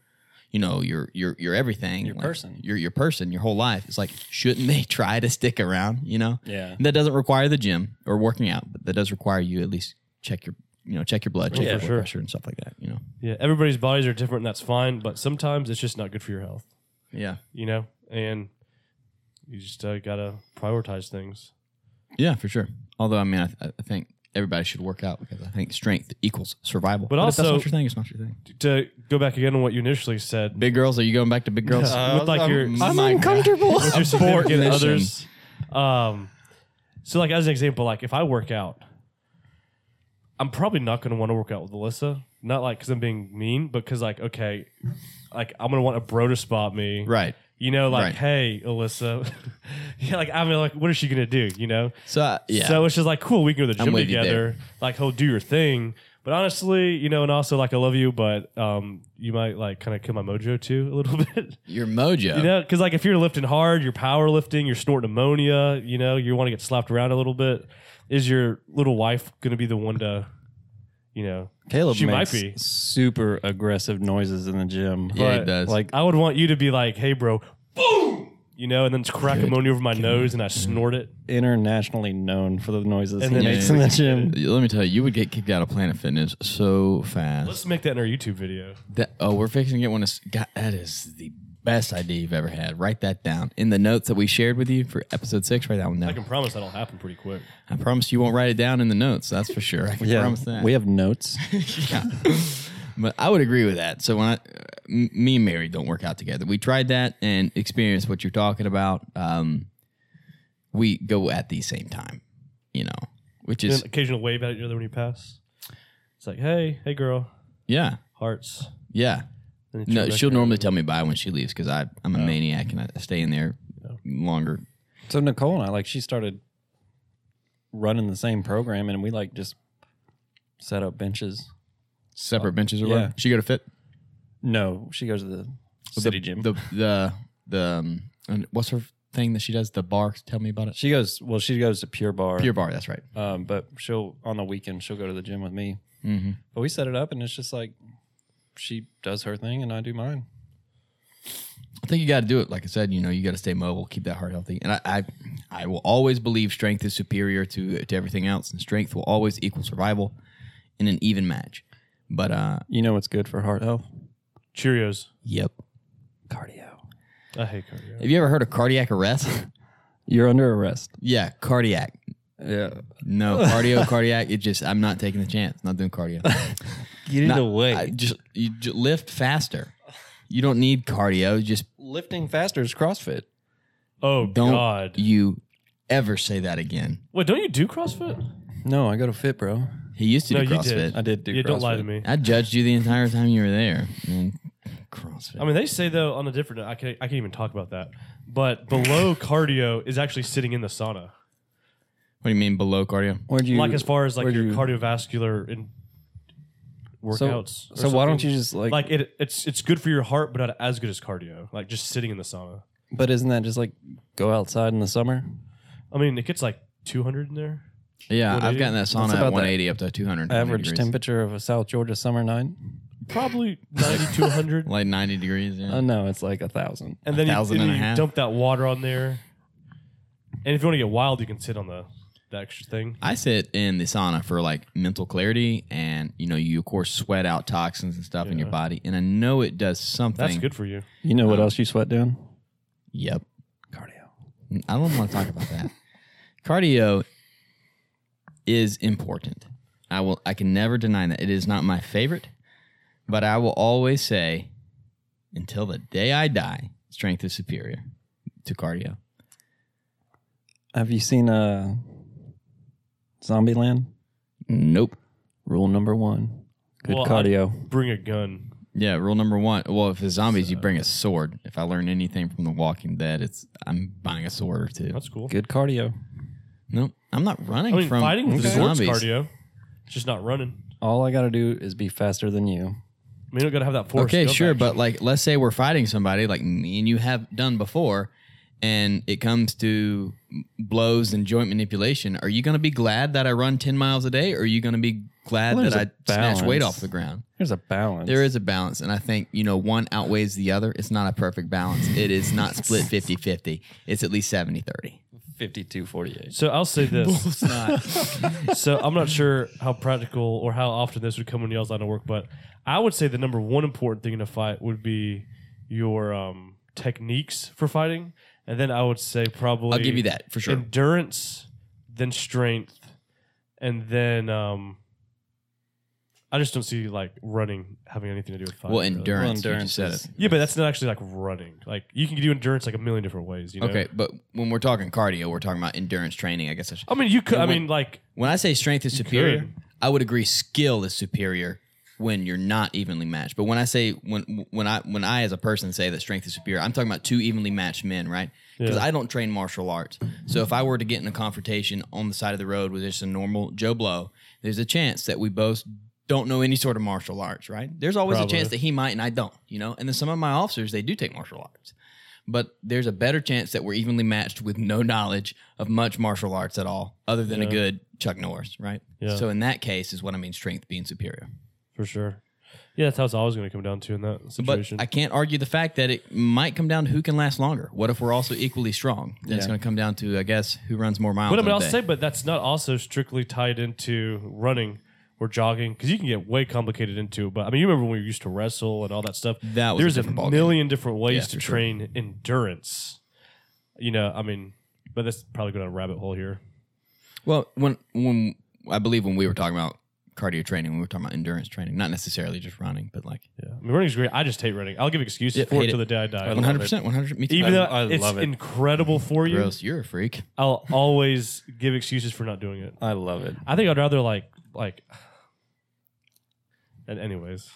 you know your your your everything Your like, person. your your person your whole life it's like shouldn't they try to stick around you know Yeah. that doesn't require the gym or working out but that does require you at least check your you know, check your blood, check Yeah, your blood sure. pressure and stuff like that, you know. Yeah, everybody's bodies are different. And that's fine, but sometimes it's just not good for your health, Yeah. you know. And you just uh, gotta prioritize things. Yeah, for sure. Although I mean I, th- I think everybody should work out because I think strength equals survival. But if also- that's not your thing, it's not your thing. To go back again on what you initially said, Big girls, are you going back to big girls? Uh, With, like, I'm- your- my I'm God. with your Abort significant mission. others. Um, so, like as an example, like if I work out, I'm probably not going to want to work out with Alyssa. Not like because I'm being mean, but because like okay, like I'm going to want a bro to spot me, Right. You know, like Right. hey, Alyssa, yeah, like I mean, like what is she going to do? You know, So I- yeah. so it's just like cool. We can go to the I'm gym with you together. Like he'll do your thing. But honestly, you know, and also like I love you, but um, you might like kind of kill my mojo too a little bit. your mojo. You know, because like if you're lifting hard, you're powerlifting, you're snorting ammonia. You know, you want to get slapped around a little bit. Is your little wife going to be the one to, you know? Caleb She might makes be. super aggressive noises in the gym. yeah, but, it does. Like I would want you to be like, "Hey, bro, boom!" You know, and then just crack ammonia over my nose, and I snort it. Mm-hmm. internationally known for the noises And he then- makes Yeah, in yeah, the gym. let me tell you, you would get kicked out of Planet Fitness so fast. Let's make that in our YouTube video. That, oh, we're fixing to get one. Of, God, that is the best idea you've ever had. Write that down in the notes that we shared with you for episode six. Write that one I down. can promise that'll happen pretty quick. I promise you won't write it down in the notes. That's for sure. I can Yeah, promise that. we have notes. Yeah. but I would agree with that. So when I, m- me and Mary don't work out together, we tried that and experienced what you're talking about. Um, we go at the same time, you know, which Then is occasional wave at each other when you pass. It's like, "Hey, hey, girl, yeah, hearts." yeah. And then No, check she'll back out. normally tell me bye when she leaves because I I'm a Oh. maniac and I stay in there longer. So Nicole and I, like, she started running the same program, and we like just set up benches. Separate benches or yeah. whatever. She go to fit No, she goes to the city gym. The the the um, and what's her thing that she does? The bar. Tell me about it. she goes. Well, she goes to Pure Bar. Pure bar. That's right. Um, but she'll on the weekend she'll go to the gym with me. Mm-hmm. But we set it up, and it's just like she does her thing, and I do mine. I think you got to do it. Like I said, you know, you got to stay mobile, keep that heart healthy. And I, I, I will always believe strength is superior to to everything else, and strength will always equal survival in an even match. But uh, You know what's good for heart health? Cheerios. yep. Cardio. I hate cardio. Have you ever heard of cardiac arrest? You're under arrest. yeah, cardiac. Yeah. No cardio, cardiac. It just I'm not taking the chance. Not doing cardio. Get Not- it away. I just you ju- lift faster. You don't need cardio. Just Lifting faster is CrossFit. Oh don't God! you ever say that again. Wait, don't you do CrossFit? No, I go to Fit, bro. He used to No, do you did. CrossFit. I did do. yeah, don't lie CrossFit. to me. I judged you the entire time you were there. Man, CrossFit. I mean, they say though on a different. I can I can't even talk about that. But below cardio is actually sitting in the What sauna. do you mean below cardio? Where'd you like as far as like where'd your you- cardiovascular and So- workouts. or So, why don't something. you just like, like it? It's it's good for your heart, but not as good as cardio. Like just sitting in the sauna. But isn't that just like go outside in the summer? I mean, it gets like 200 in there. Yeah, I've 180? gotten that sauna What's at about that 180 up to 200. Average temperature of a South Georgia summer night? Probably 90, 200. Like 90 degrees. Yeah. Uh, no, it's like a thousand. and then you, thousand and and a you half. dump that water on there. And if you want to get wild, you can sit on the, the extra thing. I sit in the sauna for like mental clarity and, you know, you of course sweat out toxins and stuff in your Yeah. body. And I know it does something. That's good for you. You know what else you sweat down? Yep. Cardio. I don't want to talk about that. Cardio is important. I will I can never deny that. It is not my favorite, but I will always say until the day I die, strength is superior to cardio. Have you seen uh, Zombieland? Nope. Rule number one: good Well, I- cardio. Bring a gun. Yeah, rule number one. Well, if it's zombies, you bring a sword. If I learn anything from The Walking Dead, it's I'm buying a sword or two. That's cool. Good cardio. Nope, I'm not running I mean, from fighting with the swords zombies. cardio. It's just not running. All I got to do is be faster than you. I mean, you don't got to have that force. Okay, sure, but like, let's say we're fighting somebody, like me and you have done before, and it comes to blows and joint manipulation. Are you going to be glad that I run ten miles a day, or are you going to be glad Well, that I there's a snatch weight balance. off the ground? There's a balance. There is a balance, and I think you know one outweighs the other. It's not a perfect balance. It is not split 50-50. It's at least 70-30. fifty-two forty-eight. So I'll say It's this. not. so I'm not sure how practical or how often this would come in y'all's line of work, but I would say the number one important thing in a fight would be your um, techniques for fighting, and then I would say probably I'll give you that for sure. endurance, then strength, and then um, I just don't see like running having anything to do with fighting. well, really. endurance. Well, you just said endurance it. Yeah, but that's not actually like running. Like you can do endurance like a million different ways. You know? Okay, but when we're talking cardio, we're talking about endurance training. I guess I should. I mean, you could. I And when- mean, like When I say strength is superior, could. I would agree skill is superior when you're not evenly matched. But when I say when when I when I as a person say that strength is superior, I'm talking about two evenly matched men, right? Because Yeah. I don't train martial arts. So if I were to get in a confrontation on the side of the road with just a normal Joe Blow, there's a chance that we both don't know any sort of martial arts, right? There's always Probably. a chance that he might and I don't, you know? And then some of my officers, they do take martial arts. But there's a better chance that we're evenly matched with no knowledge of much martial arts at all, other than Yeah. a good Chuck Norris, right? Yeah. So in that case is what I mean strength being superior. for sure. Yeah, that's how it's always going to come down to in that situation. But I can't argue the fact that it might come down to who can last longer. What if we're also equally strong? Then it's Yeah. going to come down to, I guess, who runs more miles. But I in mean, a I'll day. say, but that's not also strictly tied into running or jogging because you can get way complicated into it. But I mean, you remember when we used to wrestle and all that stuff. That was a there's a, different ballgame. million different ways Yeah, to for sure. train endurance. You know, I mean, but that's probably going down a rabbit hole here. Well, when when I believe when we were talking about cardio training, we were talking about endurance training, not necessarily just running, but like Yeah, I mean, running's great. I just hate running. I'll give excuses Yeah, for hate it till it. the day I die. one hundred percent, one hundred. Me too. Even though I it's love it. incredible for you, gross, you're a freak. I'll always give excuses for not doing it. I love it. I think I'd rather like like. And anyways,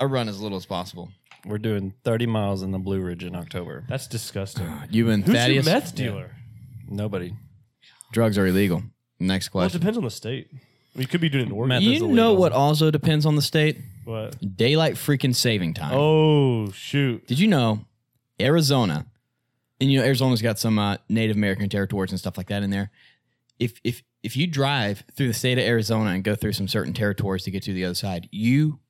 I run as little as possible. We're doing thirty miles in the Blue Ridge in October. that's disgusting. Uh, You and Who's Thaddeus, your meth dealer? Nobody. drugs are illegal. Next Well, it question. depends on the state. We could be doing it in Oregon. Meth is you know illegal. what also depends on the state? What? Daylight freaking saving time. Oh shoot! Did you know Arizona, and you know Arizona's got some uh, Native American territories and stuff like that in there. If if if you drive through the state of Arizona and go through some certain territories to get to the other side, you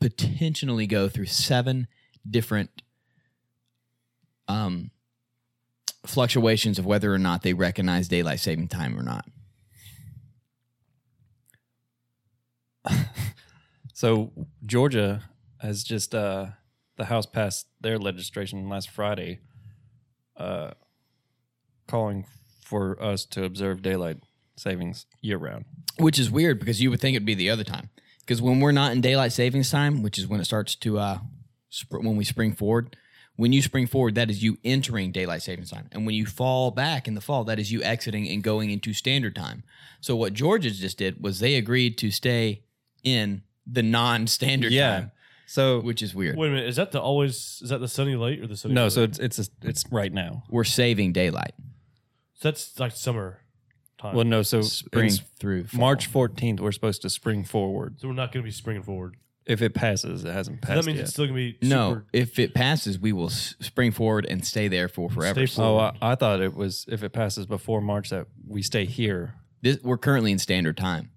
potentially go through seven different um fluctuations of whether or not they recognize daylight saving time or not. So Georgia has just uh, the House passed their legislation last Friday, uh, calling for us to observe daylight savings year round. Which is weird because you would think it'd be the other time. Because when we're not in daylight savings time, which is when it starts to uh, sp- when we spring forward, when you spring forward, that is you entering daylight savings time, and when you fall back in the fall, that is you exiting and going into standard time. So what Georgia just did was they agreed to stay in the non-standard time, So which is weird. Wait a minute. Is that the always? Is that the sunny late or the sunny? no, late? so it's it's it's right now. We're saving daylight So that's like summer time. Well, no, so spring it's through fall. March fourteenth. We're supposed to spring forward. so we're not going to be springing forward. If it passes, it hasn't So passed that means yet. it's still going to be No, Super, if it passes, we will s- spring forward and stay there for forever. uh, Stay oh, forward. I, I thought it was if it passes before March that we stay here. this, we're currently in standard time.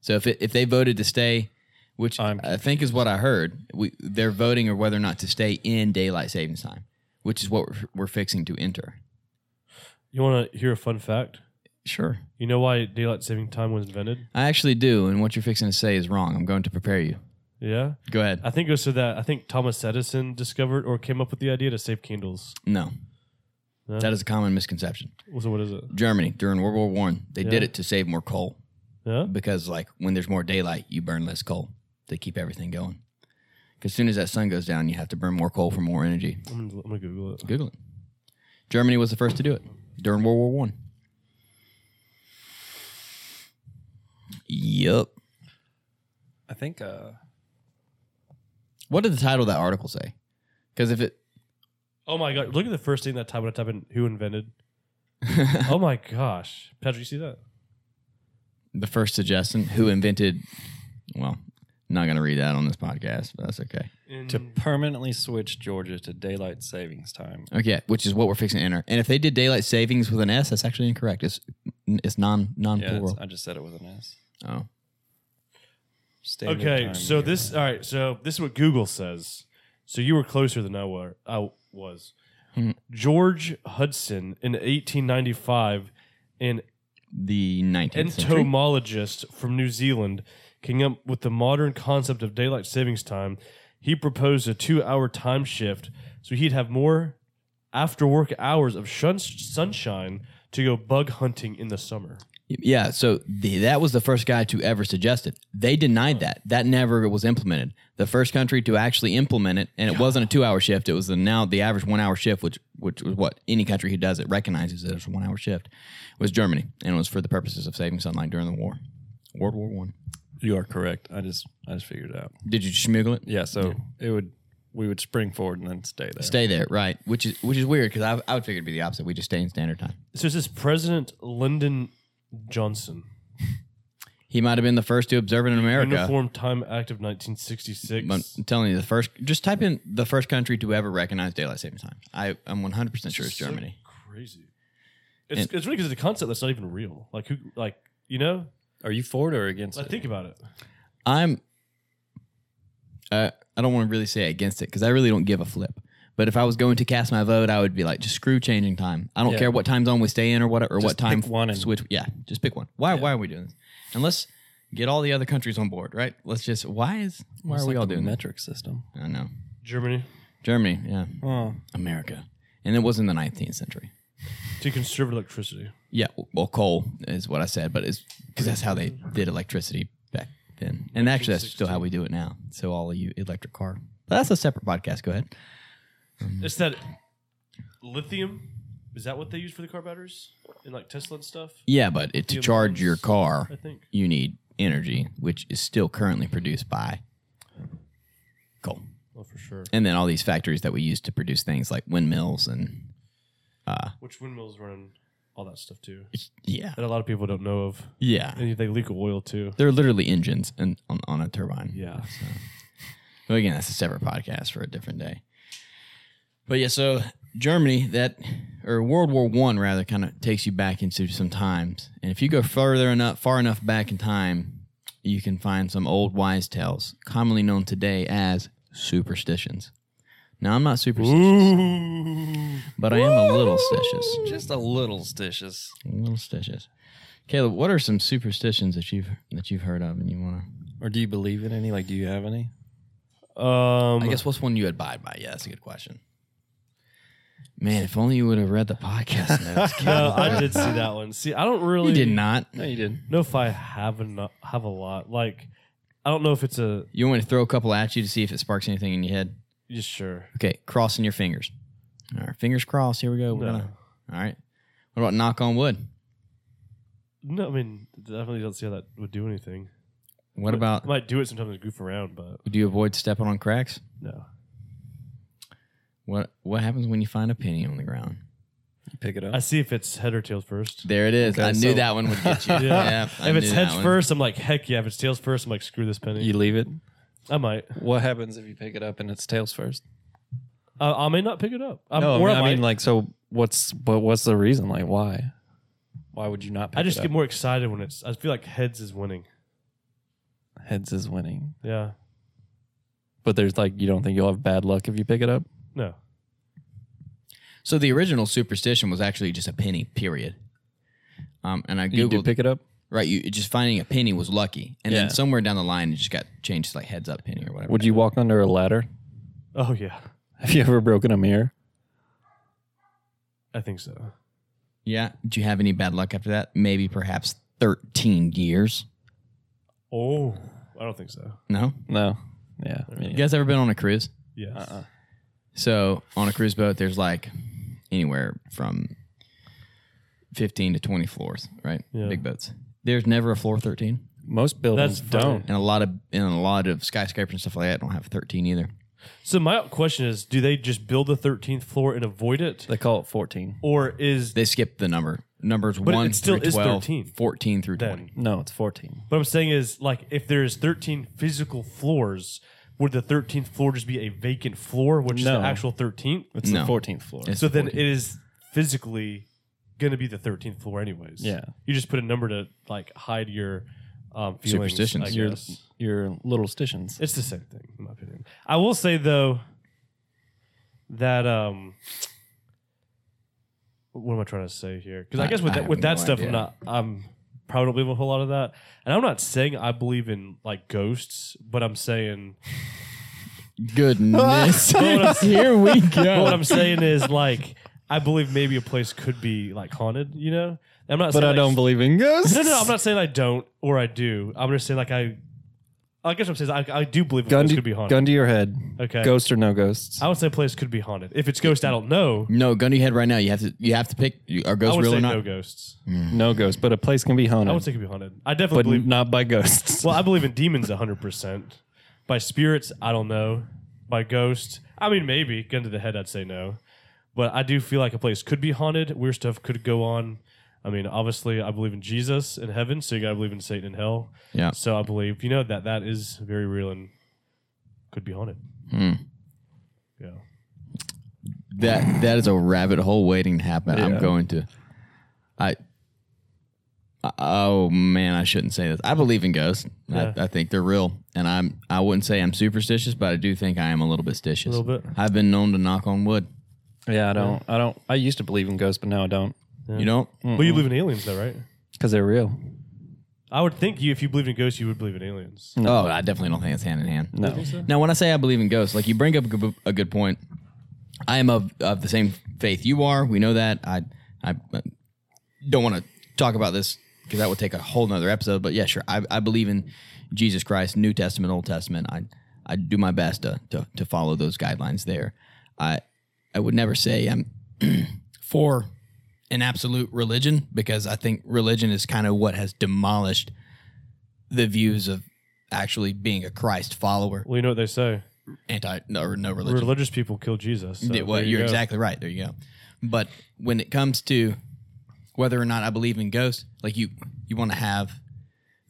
So if it, if they voted to stay, which i I'm- think is what I heard, we they're voting or whether or not to stay in daylight savings time, which is what we're, we're fixing to enter. you want to hear a fun fact? Sure, You know why daylight saving time was invented? I actually do, and what you're fixing to say is wrong. I'm going to prepare you. Yeah, Go ahead. I think it was so that I think Thomas Edison discovered or came up with the idea to save candles. No, No? that is a common misconception. So what is it? Germany during World War One, they did Yeah. it to save more coal Yeah. because like when there's more daylight, you burn less coal to keep everything going. Because as soon as that sun goes down, you have to burn more coal for more energy. I'm gonna, I'm gonna Google it. Google it. Germany was the first to do it during World War One. Yep. I think. Uh, What did the title of that article say? Because if it, Oh my god! Look at the first thing that time when I type in "who invented." oh my gosh, Patrick, you see that? the first suggestion, who invented, well, not going to read that on this podcast, but that's okay. In, to permanently switch Georgia to daylight savings time. Okay, which is what we're fixing to enter. And if they did daylight savings with an S, that's actually incorrect. It's it's non non Yeah, it's- plural. I just said it with an S. Oh, Standard okay, time so here. this all right. So this is what Google says. So you were closer than I were. I was. George Hudson in 1895, an The 19th century. entomologist from New Zealand, came up with the modern concept of daylight savings time. He proposed a two-hour time shift so he'd have more after-work hours of shun- sunshine to go bug hunting in the summer. Yeah, so the, that was the first guy to ever suggest it. They denied that. That never was implemented. The first country to actually implement it, and it wasn't a two-hour shift. It was the, now the average one-hour shift, which which was what any country who does it recognizes it as a one-hour shift, was Germany, and it was for the purposes of saving sunlight during the war, World War One. You are correct. I just I just figured it out. Did you schmoogle it? Yeah, so it would we would spring forward and then stay there. Stay there, right? Which is which is weird because I, I would figure it'd be the opposite. We just stay in standard time. So this is President Lyndon Johnson. He might have been the first to observe it in America. Uniform Time Act of 1966. But I'm telling you, the first, just type in the first country to ever recognize daylight saving time. I, I'm 100% sure it's So Germany. crazy. It's, it's really because it's a concept that's not even real. Like who? Like you know? Are you for it or against Like it? think about it. I'm, uh, I don't want to really say against it because I really don't give a flip. But if I was going to cast my vote, I would be like, just screw changing time. I don't Yeah. care what time zone we stay in or what, or what Just time pick one and- switch. Yeah, just pick one. Why, why are we doing this? And let's get all the other countries on board, right? Let's just, why is, why It's are we like all the doing that? metric system? I know. Germany Germany, yeah. Oh, America. And it was in the 19th century. to conserve electricity. Yeah, w- well, coal is what I said, but it's because that's how they did electricity back then, and actually that's still how we do it now. So all of you electric car, but that's a separate podcast. Go ahead. It's that lithium. Is that what they use for the car batteries in like Tesla and stuff? Yeah, but it, to Yeah, charge your car, I think. you need energy, which is still currently produced by coal, Oh, for sure. and then all these factories that we use to produce things like windmills and Which windmills running all that stuff too? yeah, That a lot of people don't know of, yeah, and they leak oil too. they're literally engines and on, on a turbine. Yeah. Well, again, that's a separate podcast for a different day. But yeah, so Germany that or World War One rather kind of takes you back into some times, and if you go further enough, far enough back in time, you can find some old wise tales, commonly known today as superstitions. Now, I'm not superstitious, but I am a little stitious. just a little stitious. A little stitious. Caleb, what are some superstitions that you've that you've heard of and you want to? Or do you believe in any? Like, do you have any? Um. I guess what's one you abide by? Yeah, that's a good question. Man, if only you would have read the podcast notes. No, I did see that one. See, I don't really you did not. No, you didn't. know if I have a no- have a lot. Like, I don't know if it's a You want me to throw a couple at you to see if it sparks anything in your head? yeah, sure. Okay, crossing your fingers. All right, fingers crossed. Here we go. We're No. gonna. All right. What about knock on wood? No, I mean definitely don't see how that would do anything. What about I might do it sometimes to goof around, but do you avoid stepping on cracks? no. What What happens when you find a penny on the ground? You pick it I up. see if it's head or tails first. There it is. Okay, I knew so- that one would get you. Yeah. I if it's knew that heads one. first, I'm like heck yeah. If it's tails first, I'm like screw this penny. You leave it. I might. What happens if you pick it up and it's tails first? I, I may not pick it up. I'm, No, or I mean, I, might. like, so what's but what's the reason? Like, why? Why would you not? Pick I just it get up? more excited when it's. I feel like heads is winning. heads is winning, Yeah. but there's like you don't think you'll have bad luck if you pick it up. No. So the original superstition was actually just a penny. Period. Um, and I googled. You do pick it up. Right, you just finding a penny was lucky, and Yeah. then somewhere down the line, it just got changed to like heads up penny or whatever. Would you walk under a ladder? Oh yeah. Have you ever broken a mirror? I think so. Yeah. Did you have any bad luck after that? Maybe perhaps thirteen years. Oh, I don't think so. No. No. Yeah. I mean, You guys ever been on a cruise? Yes. uh-uh. So on a cruise boat, there's like anywhere from fifteen to twenty floors, right? Yeah. Big boats. There's never a floor thirteen, Most buildings That's Mm, funny. don't. and a lot of and a lot of skyscrapers and stuff like that don't have thirteen either. So my question is, do they just build the 13th floor and avoid it? They call it 14. or is They skip the number numbers it one still through is 12, 13. 14 through then? twenty. No, it's 14. What I'm saying is, like, if there's 13 physical floors, would the 13th floor just be a vacant floor, which is No. the actual 13th? It's No. the 14th floor. It's so then 14. it is physically going to be the 13th floor, anyways. Yeah. You just put a number to like hide your um, feelings, Superstitions. I your, guess. your little stations. It's the same thing, in my opinion. I will say though that um, what am I trying to say here? Because I- I guess with I that, have with that no stuff, idea. I'm not. I'm probably don't believe a whole lot of that. And I'm not saying I believe in like ghosts, but I'm saying Goodness. what I'm- Here we but what go. I'm saying is like I believe maybe a place could be like haunted. You know, I'm not. But saying, I like, don't believe in ghosts. No, no, I'm not saying I don't or I do. I'm just saying like I. I guess I'm saying I, I do believe a Gun place to, could be haunted. gun to your head. Okay. Ghosts or no ghosts? I would say a place could be haunted. If it's ghost, I don't know. No, gun to your head right now. You have to. You have to pick. You, are I ghosts would real say or not? no ghosts. no ghosts, but a place can be haunted. I would say it could be haunted. I but definitely n- believe. not by ghosts. Well, I believe in demons 100%. By spirits, I don't know. By ghosts, I mean, maybe. Gun to the head, I'd say no. But I do feel like a place could be haunted. Weird stuff could go on. I mean, obviously, I believe in Jesus in heaven, so you got to believe in Satan in hell. Yeah. So I believe, you know, that that is very real and could be haunted. Hmm. Yeah. That that is a rabbit hole waiting to happen. I'm Yeah. going to. I. I- Oh man, I shouldn't say this. I believe in ghosts. Yeah. I, I think they're real, and I'm. I wouldn't say I'm superstitious, but I do think I am a little bit stitious. A little bit. I've been known to knock on wood. yeah, I don't. I don't. I used to believe in ghosts, but now I don't You know, Well, you believe in aliens, though, right? because they're real. I would think you, if you believed in ghosts, you would believe in aliens. Oh, I definitely don't think it's hand in hand. No. Now, when I say I believe in ghosts, like you bring up a good, a good point. I am of, of the same faith you are. We know that. I I uh, don't want to talk about this because that would take a whole nother episode. But yeah, sure. I, I believe in Jesus Christ, New Testament, Old Testament. I I do my best to to, to follow those guidelines there. I I would never say I'm for an absolute religion because I think religion is kind of what has demolished the views of actually being a Christ follower. Well, you know what they say. Anti no, or no religion. Religious people kill Jesus. So Yeah, well, there you you're go. exactly right. There you go. But when it comes to whether or not I believe in ghosts, like you, you want to have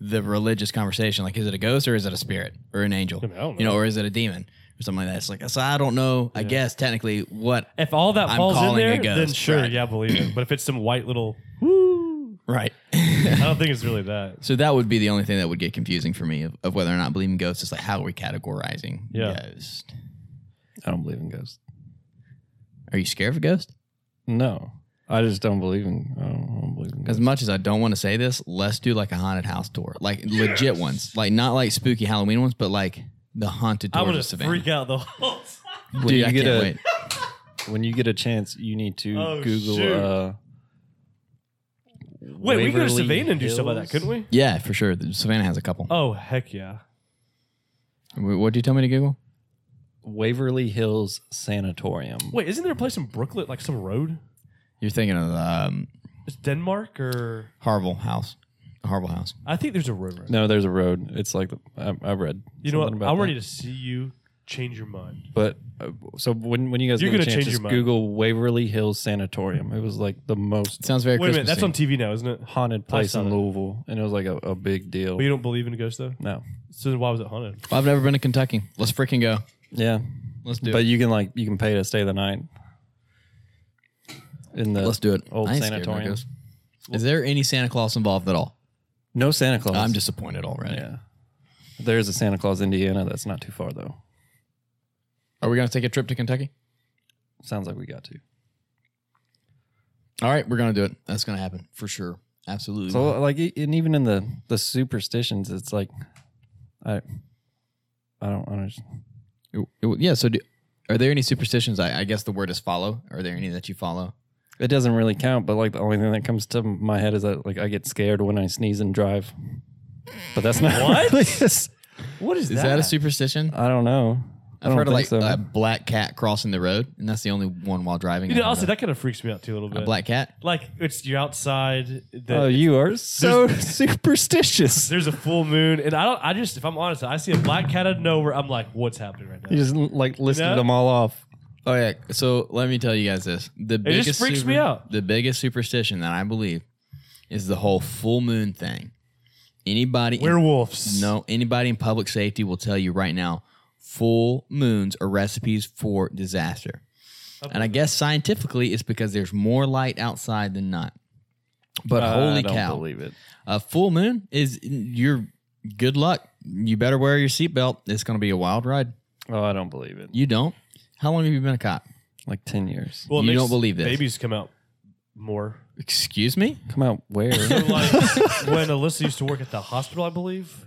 the religious conversation. Like, is it a ghost or is it a spirit or an angel? mean, I don't You know, know. or is it a demon or something like that? It's like so I don't know. I guess technically what If all that I'm falls in calling there, a ghost, then sure, right. yeah, I believe it. But if it's some white little, woo, right. I don't think it's really that. So that would be the only thing that would get confusing for me of, of whether or not I believe in ghosts. It's like how are we categorizing Yeah. ghosts? I don't believe in ghosts. Are you scared of a ghost? No, I just don't believe in. I don't, I don't believe in As ghosts. much as I don't want to say this, let's do like a haunted house tour, like legit ones, like not like spooky Halloween ones, but like the haunted I tours would of just Savannah. freak out the whole time. Dude, Dude, I you can't get a- wait. When you get a chance, you need to Oh, Google. shoot. Uh, Wait, we could go to Waverly Savannah and do stuff like that, Hills? couldn't we? Yeah, for sure. Savannah has a couple. Oh heck yeah! Wh- What do you tell me to Google? Waverly Hills Sanatorium. Wait, isn't there a place in Brooklyn, like some road? You're thinking of um, It's Denmark or Harville House, Harville House. I think there's a road. Right No, there's a road. It's like the, I, I read. you know something what? about I'm that. ready to see you change your mind. But uh, so when when you guys You're get a gonna chance, change just your mind. Google Waverly Hills Sanatorium. It was like the It most sounds very. Wait a minute, that's Christmassy. on TV now, isn't it? haunted place saw in that. Louisville, and it was like a, a big deal. But you don't believe in ghosts though. No, So then why was it haunted? Well, I've never been to Kentucky. Let's freaking go. yeah, Let's do but it. you can like you can pay to stay the night in the Let's do it. old I ain't scared of no sanatorium. ghosts. Is there any Santa Claus involved at all? No Santa Claus. I'm disappointed already. yeah. There's a Santa Claus, Indiana. That's not too far though. Are we gonna take a trip to Kentucky? Sounds like we got to. All right, we're gonna do it. That's gonna happen for sure. Absolutely. So like, e- and even in the the superstitions, it's like, I, I don't understand. It- it- Yeah. So, do, are there any superstitions? I, I guess the word is follow. Are there any that you follow? It doesn't really count, but like the only thing that comes to my head is that like I get scared when I sneeze and drive. But that's not What? really a s- What Is that a superstition? I don't know. I I've don't heard of think like so. a black cat crossing the road, and that's the only one while driving. You I know, heard honestly, of. that kind of freaks me out too a little bit. a black cat. Like it's you're outside. The, oh, you are so superstitious. there's a full moon, and I don't. I just, if I'm honest, I see a black cat out of nowhere. I'm like, what's happening right now? You just like listed know? them all off. Oh yeah. So let me tell you guys this: the just biggest freaks me out. The biggest superstition that I believe is the whole full moon thing. Anybody? Werewolves. No, anybody in public safety will tell you right now full moons are recipes for disaster. And I guess scientifically it's because there's more light outside than not. But I holy don't cow. believe it. A full moon is your good luck. You better wear your seatbelt. It's going to be a wild ride. Oh, I don't believe it. You don't? How long have you been a cop? Like ten years. Well, it You makes don't believe this. Babies come out more. Excuse me? Come out where? So, like when Alyssa used to work at the hospital, I believe.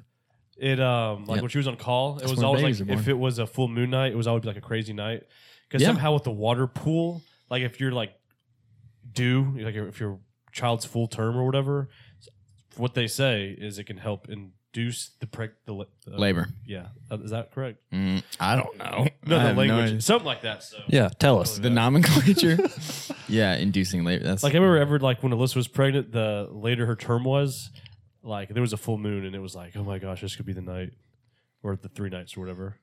It um like Yep. when she was on call, it That's was when always babies like are born. if it was a full moon night, it was always like a crazy night. Because Yeah. somehow with the water pool, like if you're like due, like if your child's full term or whatever, what they say is it can help induce the preg the, la- the Labor. Yeah, Uh, is that correct? Mm, I don't know. No, I the have language, idea. something like that. So yeah, tell us. the nomenclature. yeah, inducing labor. That's Like I remember ever like when Alyssa was pregnant, the later her term was, like there was a full moon and it was like, oh my gosh, this could be the night, or the three nights or whatever.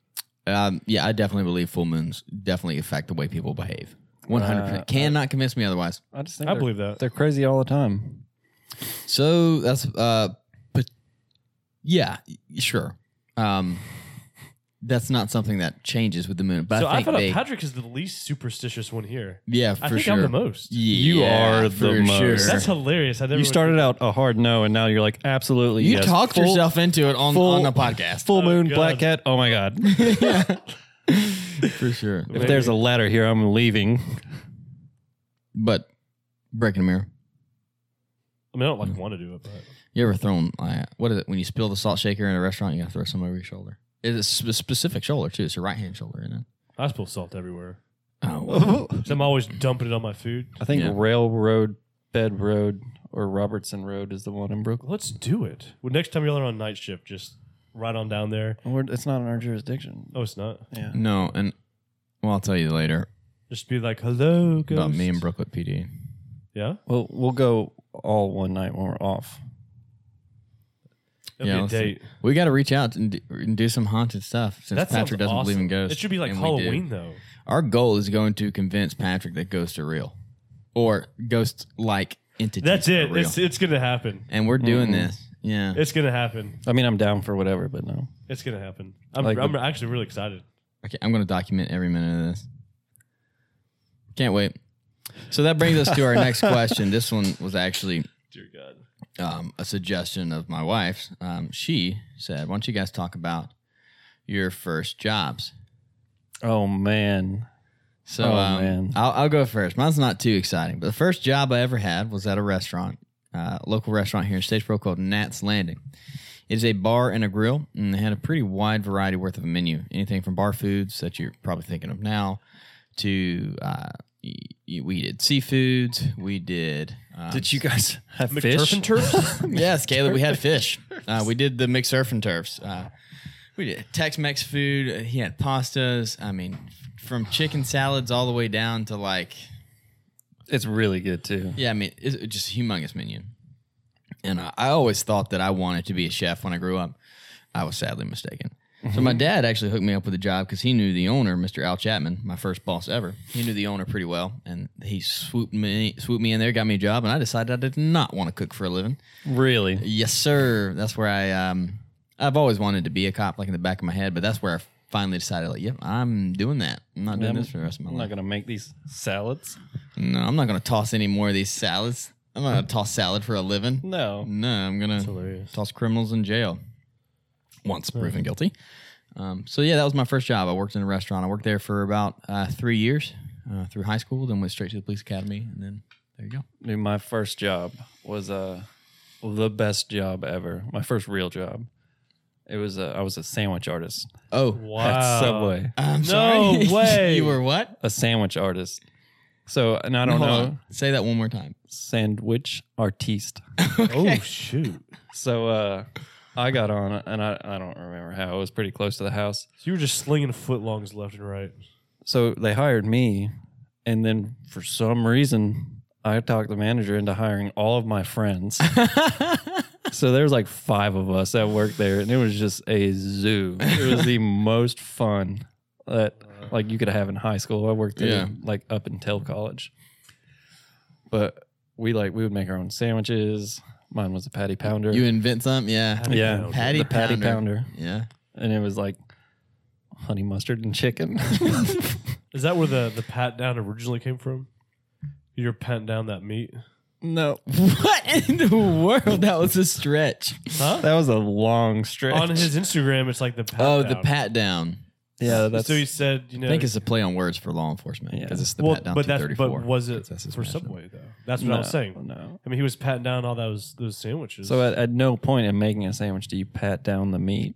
Um, yeah, I definitely believe full moons definitely affect the way people behave. One hundred Uh, percent cannot convince me otherwise. I just think I they're- believe that. they're crazy all the time. So that's uh, but yeah, y- sure. Um, that's not something that changes with the moon. But so I I think found they, out Patrick is the least superstitious one here. yeah, for I think sure. I'm the most. You are the most. That's hilarious. I never You would- started out a hard no, and now you're like absolutely. You yes. talked Full- yourself into it on, full- on the podcast Full Oh, moon, God. black cat. Oh my god! for sure. if there's a ladder here, I'm leaving. But breaking a mirror. I mean, I don't Mm. like want to do it, but You ever thrown uh, what is it when you spill the salt shaker in a restaurant? You gotta throw some over your shoulder. It's a sp- specific shoulder too. It's your right hand shoulder, isn't it? I spill salt everywhere. Oh, So I'm always dumping it on my food. I think Yeah. Railroad Bed Road or Robertson Road is the one in Brooklyn. Let's do it. Well, next time you're on night shift, just right on down there. We're- it's not in our jurisdiction. Oh, it's not. Yeah. no, and well, I'll tell you later Just be like, hello, ghost. about me and Brooklyn PD. Yeah, Well, we'll go all one night when we're off. That'd Yeah, be a let's do- date. We got to reach out and do, and do some haunted stuff since That sounds Patrick doesn't awesome. believe in ghosts. It should be like and we do. Halloween though. Our goal is going to convince Patrick that ghosts are real, or ghost-like entities. That's are it. real. It's it's gonna happen. and we're doing this. Yeah, It's gonna happen. I mean, I'm down for whatever, but no. It's gonna happen. I'm Like the- I'm actually really excited. Okay, I'm going to document every minute of this. Can't wait. So that brings us to our next question. This one was actually Dear God. um, a suggestion of my wife's. Um, she said, "Why don't you guys talk about your first jobs?" Oh man. So Oh, um, man. I'll, I'll go first. Mine's not too exciting, but the first job I ever had was at a restaurant, uh, local restaurant here in Statesboro called Nat's Landing. It is a bar and a grill, and they had a pretty wide variety worth of a menu. Anything from bar foods that you're probably thinking of now to uh, y- y- we did seafoods. We did. Um, Did you guys have McTurf fish? and turf? yes, Caleb. We had fish. Uh, we did the mixed surf and turfs. Uh, we did Tex-Mex food. Uh, He had pastas. I mean, f- from chicken salads all the way down to like It's really good too. yeah, I mean, it's it's just a humongous menu. And I, I always thought that I wanted to be a chef when I grew up. I was sadly mistaken. So my dad actually hooked me up with a job because he knew the owner, Mr. Al Chapman, my first boss ever. He knew the owner pretty well, and he swooped me, swooped me in there, got me a job, and I decided I did not want to cook for a living. Really? Yes, sir. That's where I um I've always wanted to be a cop, like in the back of my head, but that's where I finally decided, like, yep, I'm doing that. I'm not doing I'm- this for the rest of my I'm life. not gonna make these salads. no, I'm not gonna toss any more of these salads. I'm not gonna toss salad for a living. No. No, I'm gonna toss criminals in jail once proven guilty. Um, so yeah, that was my first job. I worked in a restaurant. I worked there for about uh, three years uh, through high school, then went straight to the police academy, and then there you go. Dude, my first job was uh the best job ever. My first real job. It was uh, I was a sandwich artist Oh, Wow. at Subway. I'm No sorry. way. you were what? A sandwich artist. So and I don't Hold know on. Say that one more time. sandwich artiste. Oh shoot. So uh, I got on, and I, I don't remember how. It was pretty close to the house. So you were just slinging footlongs left and right. So they hired me, and then for some reason, I talked the manager into hiring all of my friends. so there was like five of us that worked there, and it was just a zoo. It was the most fun that like you could have in high school. I worked there Yeah. like up until college, but we like we would make our own sandwiches. Mine was a patty pounder. You invent something? Yeah. yeah, Patty the patty pounder. pounder. Yeah. and it was like honey mustard and chicken. Is that where the, the pat down originally came from? You're patting down that meat. no, What in the world? That was a stretch. Huh? that was a long stretch. On his Instagram, it's like the pat Oh, down. the pat down. Yeah, that's so he said, you know, I think it's a play on words for law enforcement Yeah. because it's the well, pat down but that's 234. but was it That's his for rationale. Subway though? That's what I was No, saying. No. I mean, he was patting down all those those sandwiches. uh, So at, at no point in making a sandwich do you pat down the meat.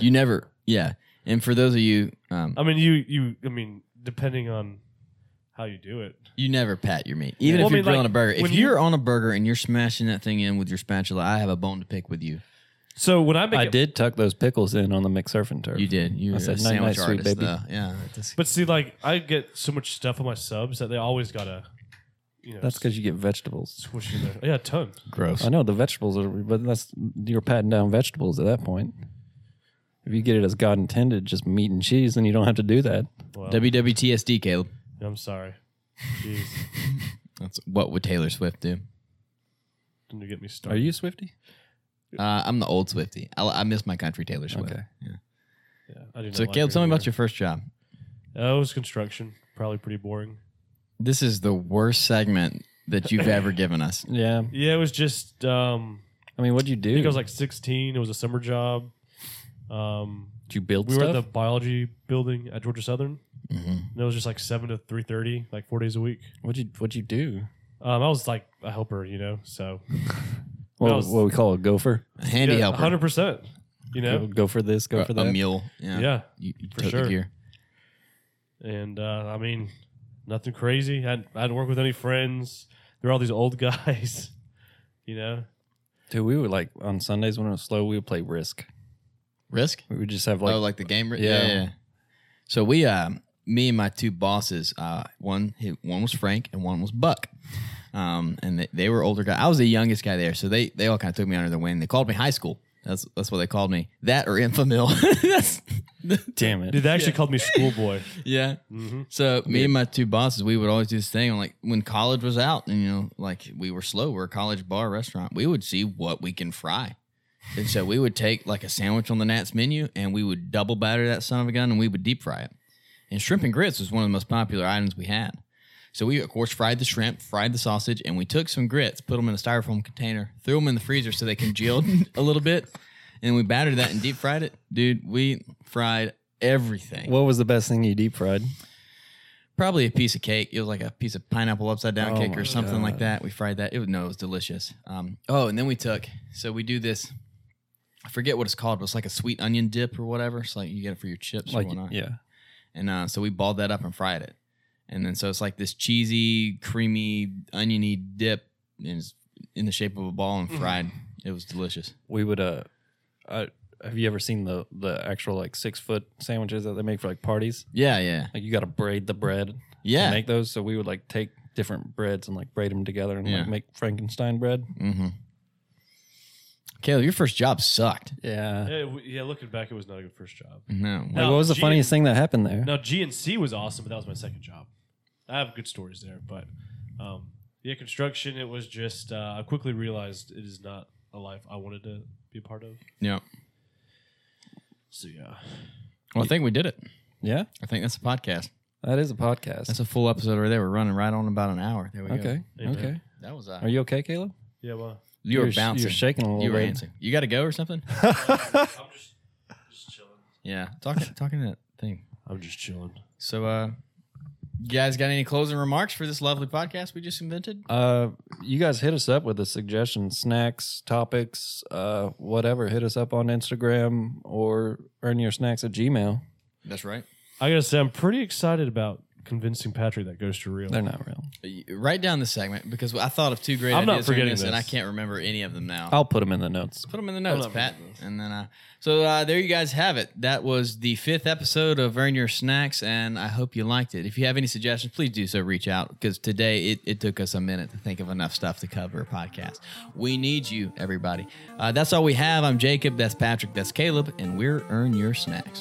You never, yeah. And for those of you, um, I mean, you you I mean, depending on how you do it, you never pat your meat, even Well, if I you're mean, grilling like, a burger. If when you- you're on a burger and you're smashing that thing in with your spatula, I have a bone to pick with you. So when I make, I a- did tuck those pickles in on the McSurf and turf. You did. I You were a said, sandwich "Night, night, sweet artist, baby." though. Yeah. that's- but see, like I get so much stuff on my subs that they always gotta, you know, That's because you get vegetables. squish in there. Yeah, tons. gross. I know the vegetables are, but that's you're patting down vegetables at that point. If you get it as God intended, just meat and cheese, then you don't have to do that. Well, WWTSD, Caleb. I'm sorry. Jeez, That's what would Taylor Swift do? didn't get me started. Are you Swifty? Uh, I'm the old Swifty. I, I miss my country Taylor Swift. Okay. Yeah. Yeah, I didn't So, like Caleb, her tell me about either. your first job. Oh, it was construction. Probably pretty boring. This is the worst segment that you've ever given us. Yeah. Yeah, it was just. um I mean, what'd you do? I think I was like 16. It was a summer job. Um, did you build we were stuff? at the biology building at Georgia Southern, hmm and it was just like seven to three thirty, like four days a week. what'd you What'd you do? Um, I was like a helper, you know. So What, I was- what we call a gopher? A handy helper. hundred percent. You Go, know, go for this. Go A- for A that. mule. Yeah. yeah. You, you For tote the sure. gear. and uh, I mean, nothing crazy. I hadn't, I hadn't worked with any friends. They're all these old guys, you know. Dude, we would like on Sundays when it was slow, we would play Risk. Risk? We would just have like, oh, like the game. Yeah. yeah. yeah. yeah. So we, uh, me and my two bosses, uh, one he- one was Frank and one was Buck, um, and they, they were older guys. I was the youngest guy there, so they they all kind of took me under their wing. They called me high school. That's that's what they called me. That or infamil. that's damn it. Dude, they actually called me schoolboy. yeah. hmm So me and my two bosses, we would always do this thing. Like when college was out, and you know, like we were slow. We're a college bar restaurant. We would see what we can fry, and so we would take like a sandwich on the Nats menu, and we would double batter that son of a gun, and we would deep fry it. And shrimp and grits was one of the most popular items we had. So we of course fried the shrimp, fried the sausage, and we took some grits, put them in a styrofoam container, threw them in the freezer so they congealed a little bit, and we battered that and deep fried it. Dude, we fried everything. What was the best thing you deep fried? Probably a piece of cake. It was like a piece of pineapple upside down Oh cake my or something like God. that. We fried that. It was no, it was delicious. Um, oh, and then we took. So we do this. I forget what it's called, but it's like a sweet onion dip or whatever. It's like you get it for your chips Like, or whatnot. yeah. And uh, so we balled that up and fried it. And then so it's like this cheesy, creamy, oniony dip, and it's in the shape of a ball Mm-hmm. and fried. It was delicious. We would, uh, I, have you ever seen the, the actual like six foot sandwiches that they make for like parties? Yeah, yeah, Like you got to braid the bread to yeah. make those. So we would like take different breads and like braid them together and Yeah. like make Frankenstein bread. Mm-hmm. Caleb, your first job sucked. Yeah. Yeah, w- yeah, looking back, it was not a good first job. No, Like, what was the Gee. funniest thing that happened there? Now GNC was awesome, but that was my second job. I have good stories there, but um, yeah, construction. It was just uh, I quickly realized it is not a life I wanted to be a part of. yeah. So yeah, Well, I think we did it. Yeah. I think that's a podcast. That is a podcast. That's a full episode right there. We're running right on about an hour. There we go. okay. Amen. Okay. That was uh, Are you okay, Caleb? yeah. Well, you were You're sh- bouncing. You're shaking a little You were bit. dancing. You got to go or something? I'm just just chilling. yeah. Talking talking that thing. I'm just chilling. So uh you guys got any closing remarks for this lovely podcast we just invented? Uh, you guys hit us up with a suggestion, snacks, topics, uh, whatever. Hit us up on Instagram or earn your snacks at Gmail. That's right. I gotta say, I'm pretty excited about convincing Patrick that Ghosts are real. They're not real. Write down the segment because I thought of two great I'm not ideas during forgetting and I this. can't remember any of them now. I'll put them in the notes. Put them in the notes, Pat. And then, uh, so uh, there you guys have it. That was the fifth episode of Earn Your Snacks, and I hope you liked it. If you have any suggestions, please do so. Reach out because today it, it took us a minute to think of enough stuff to cover a podcast. We need you, everybody. Uh, that's all we have. I'm Jacob. That's Patrick. That's Caleb, and we're Earn Your Snacks.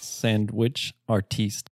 Sandwich artiste.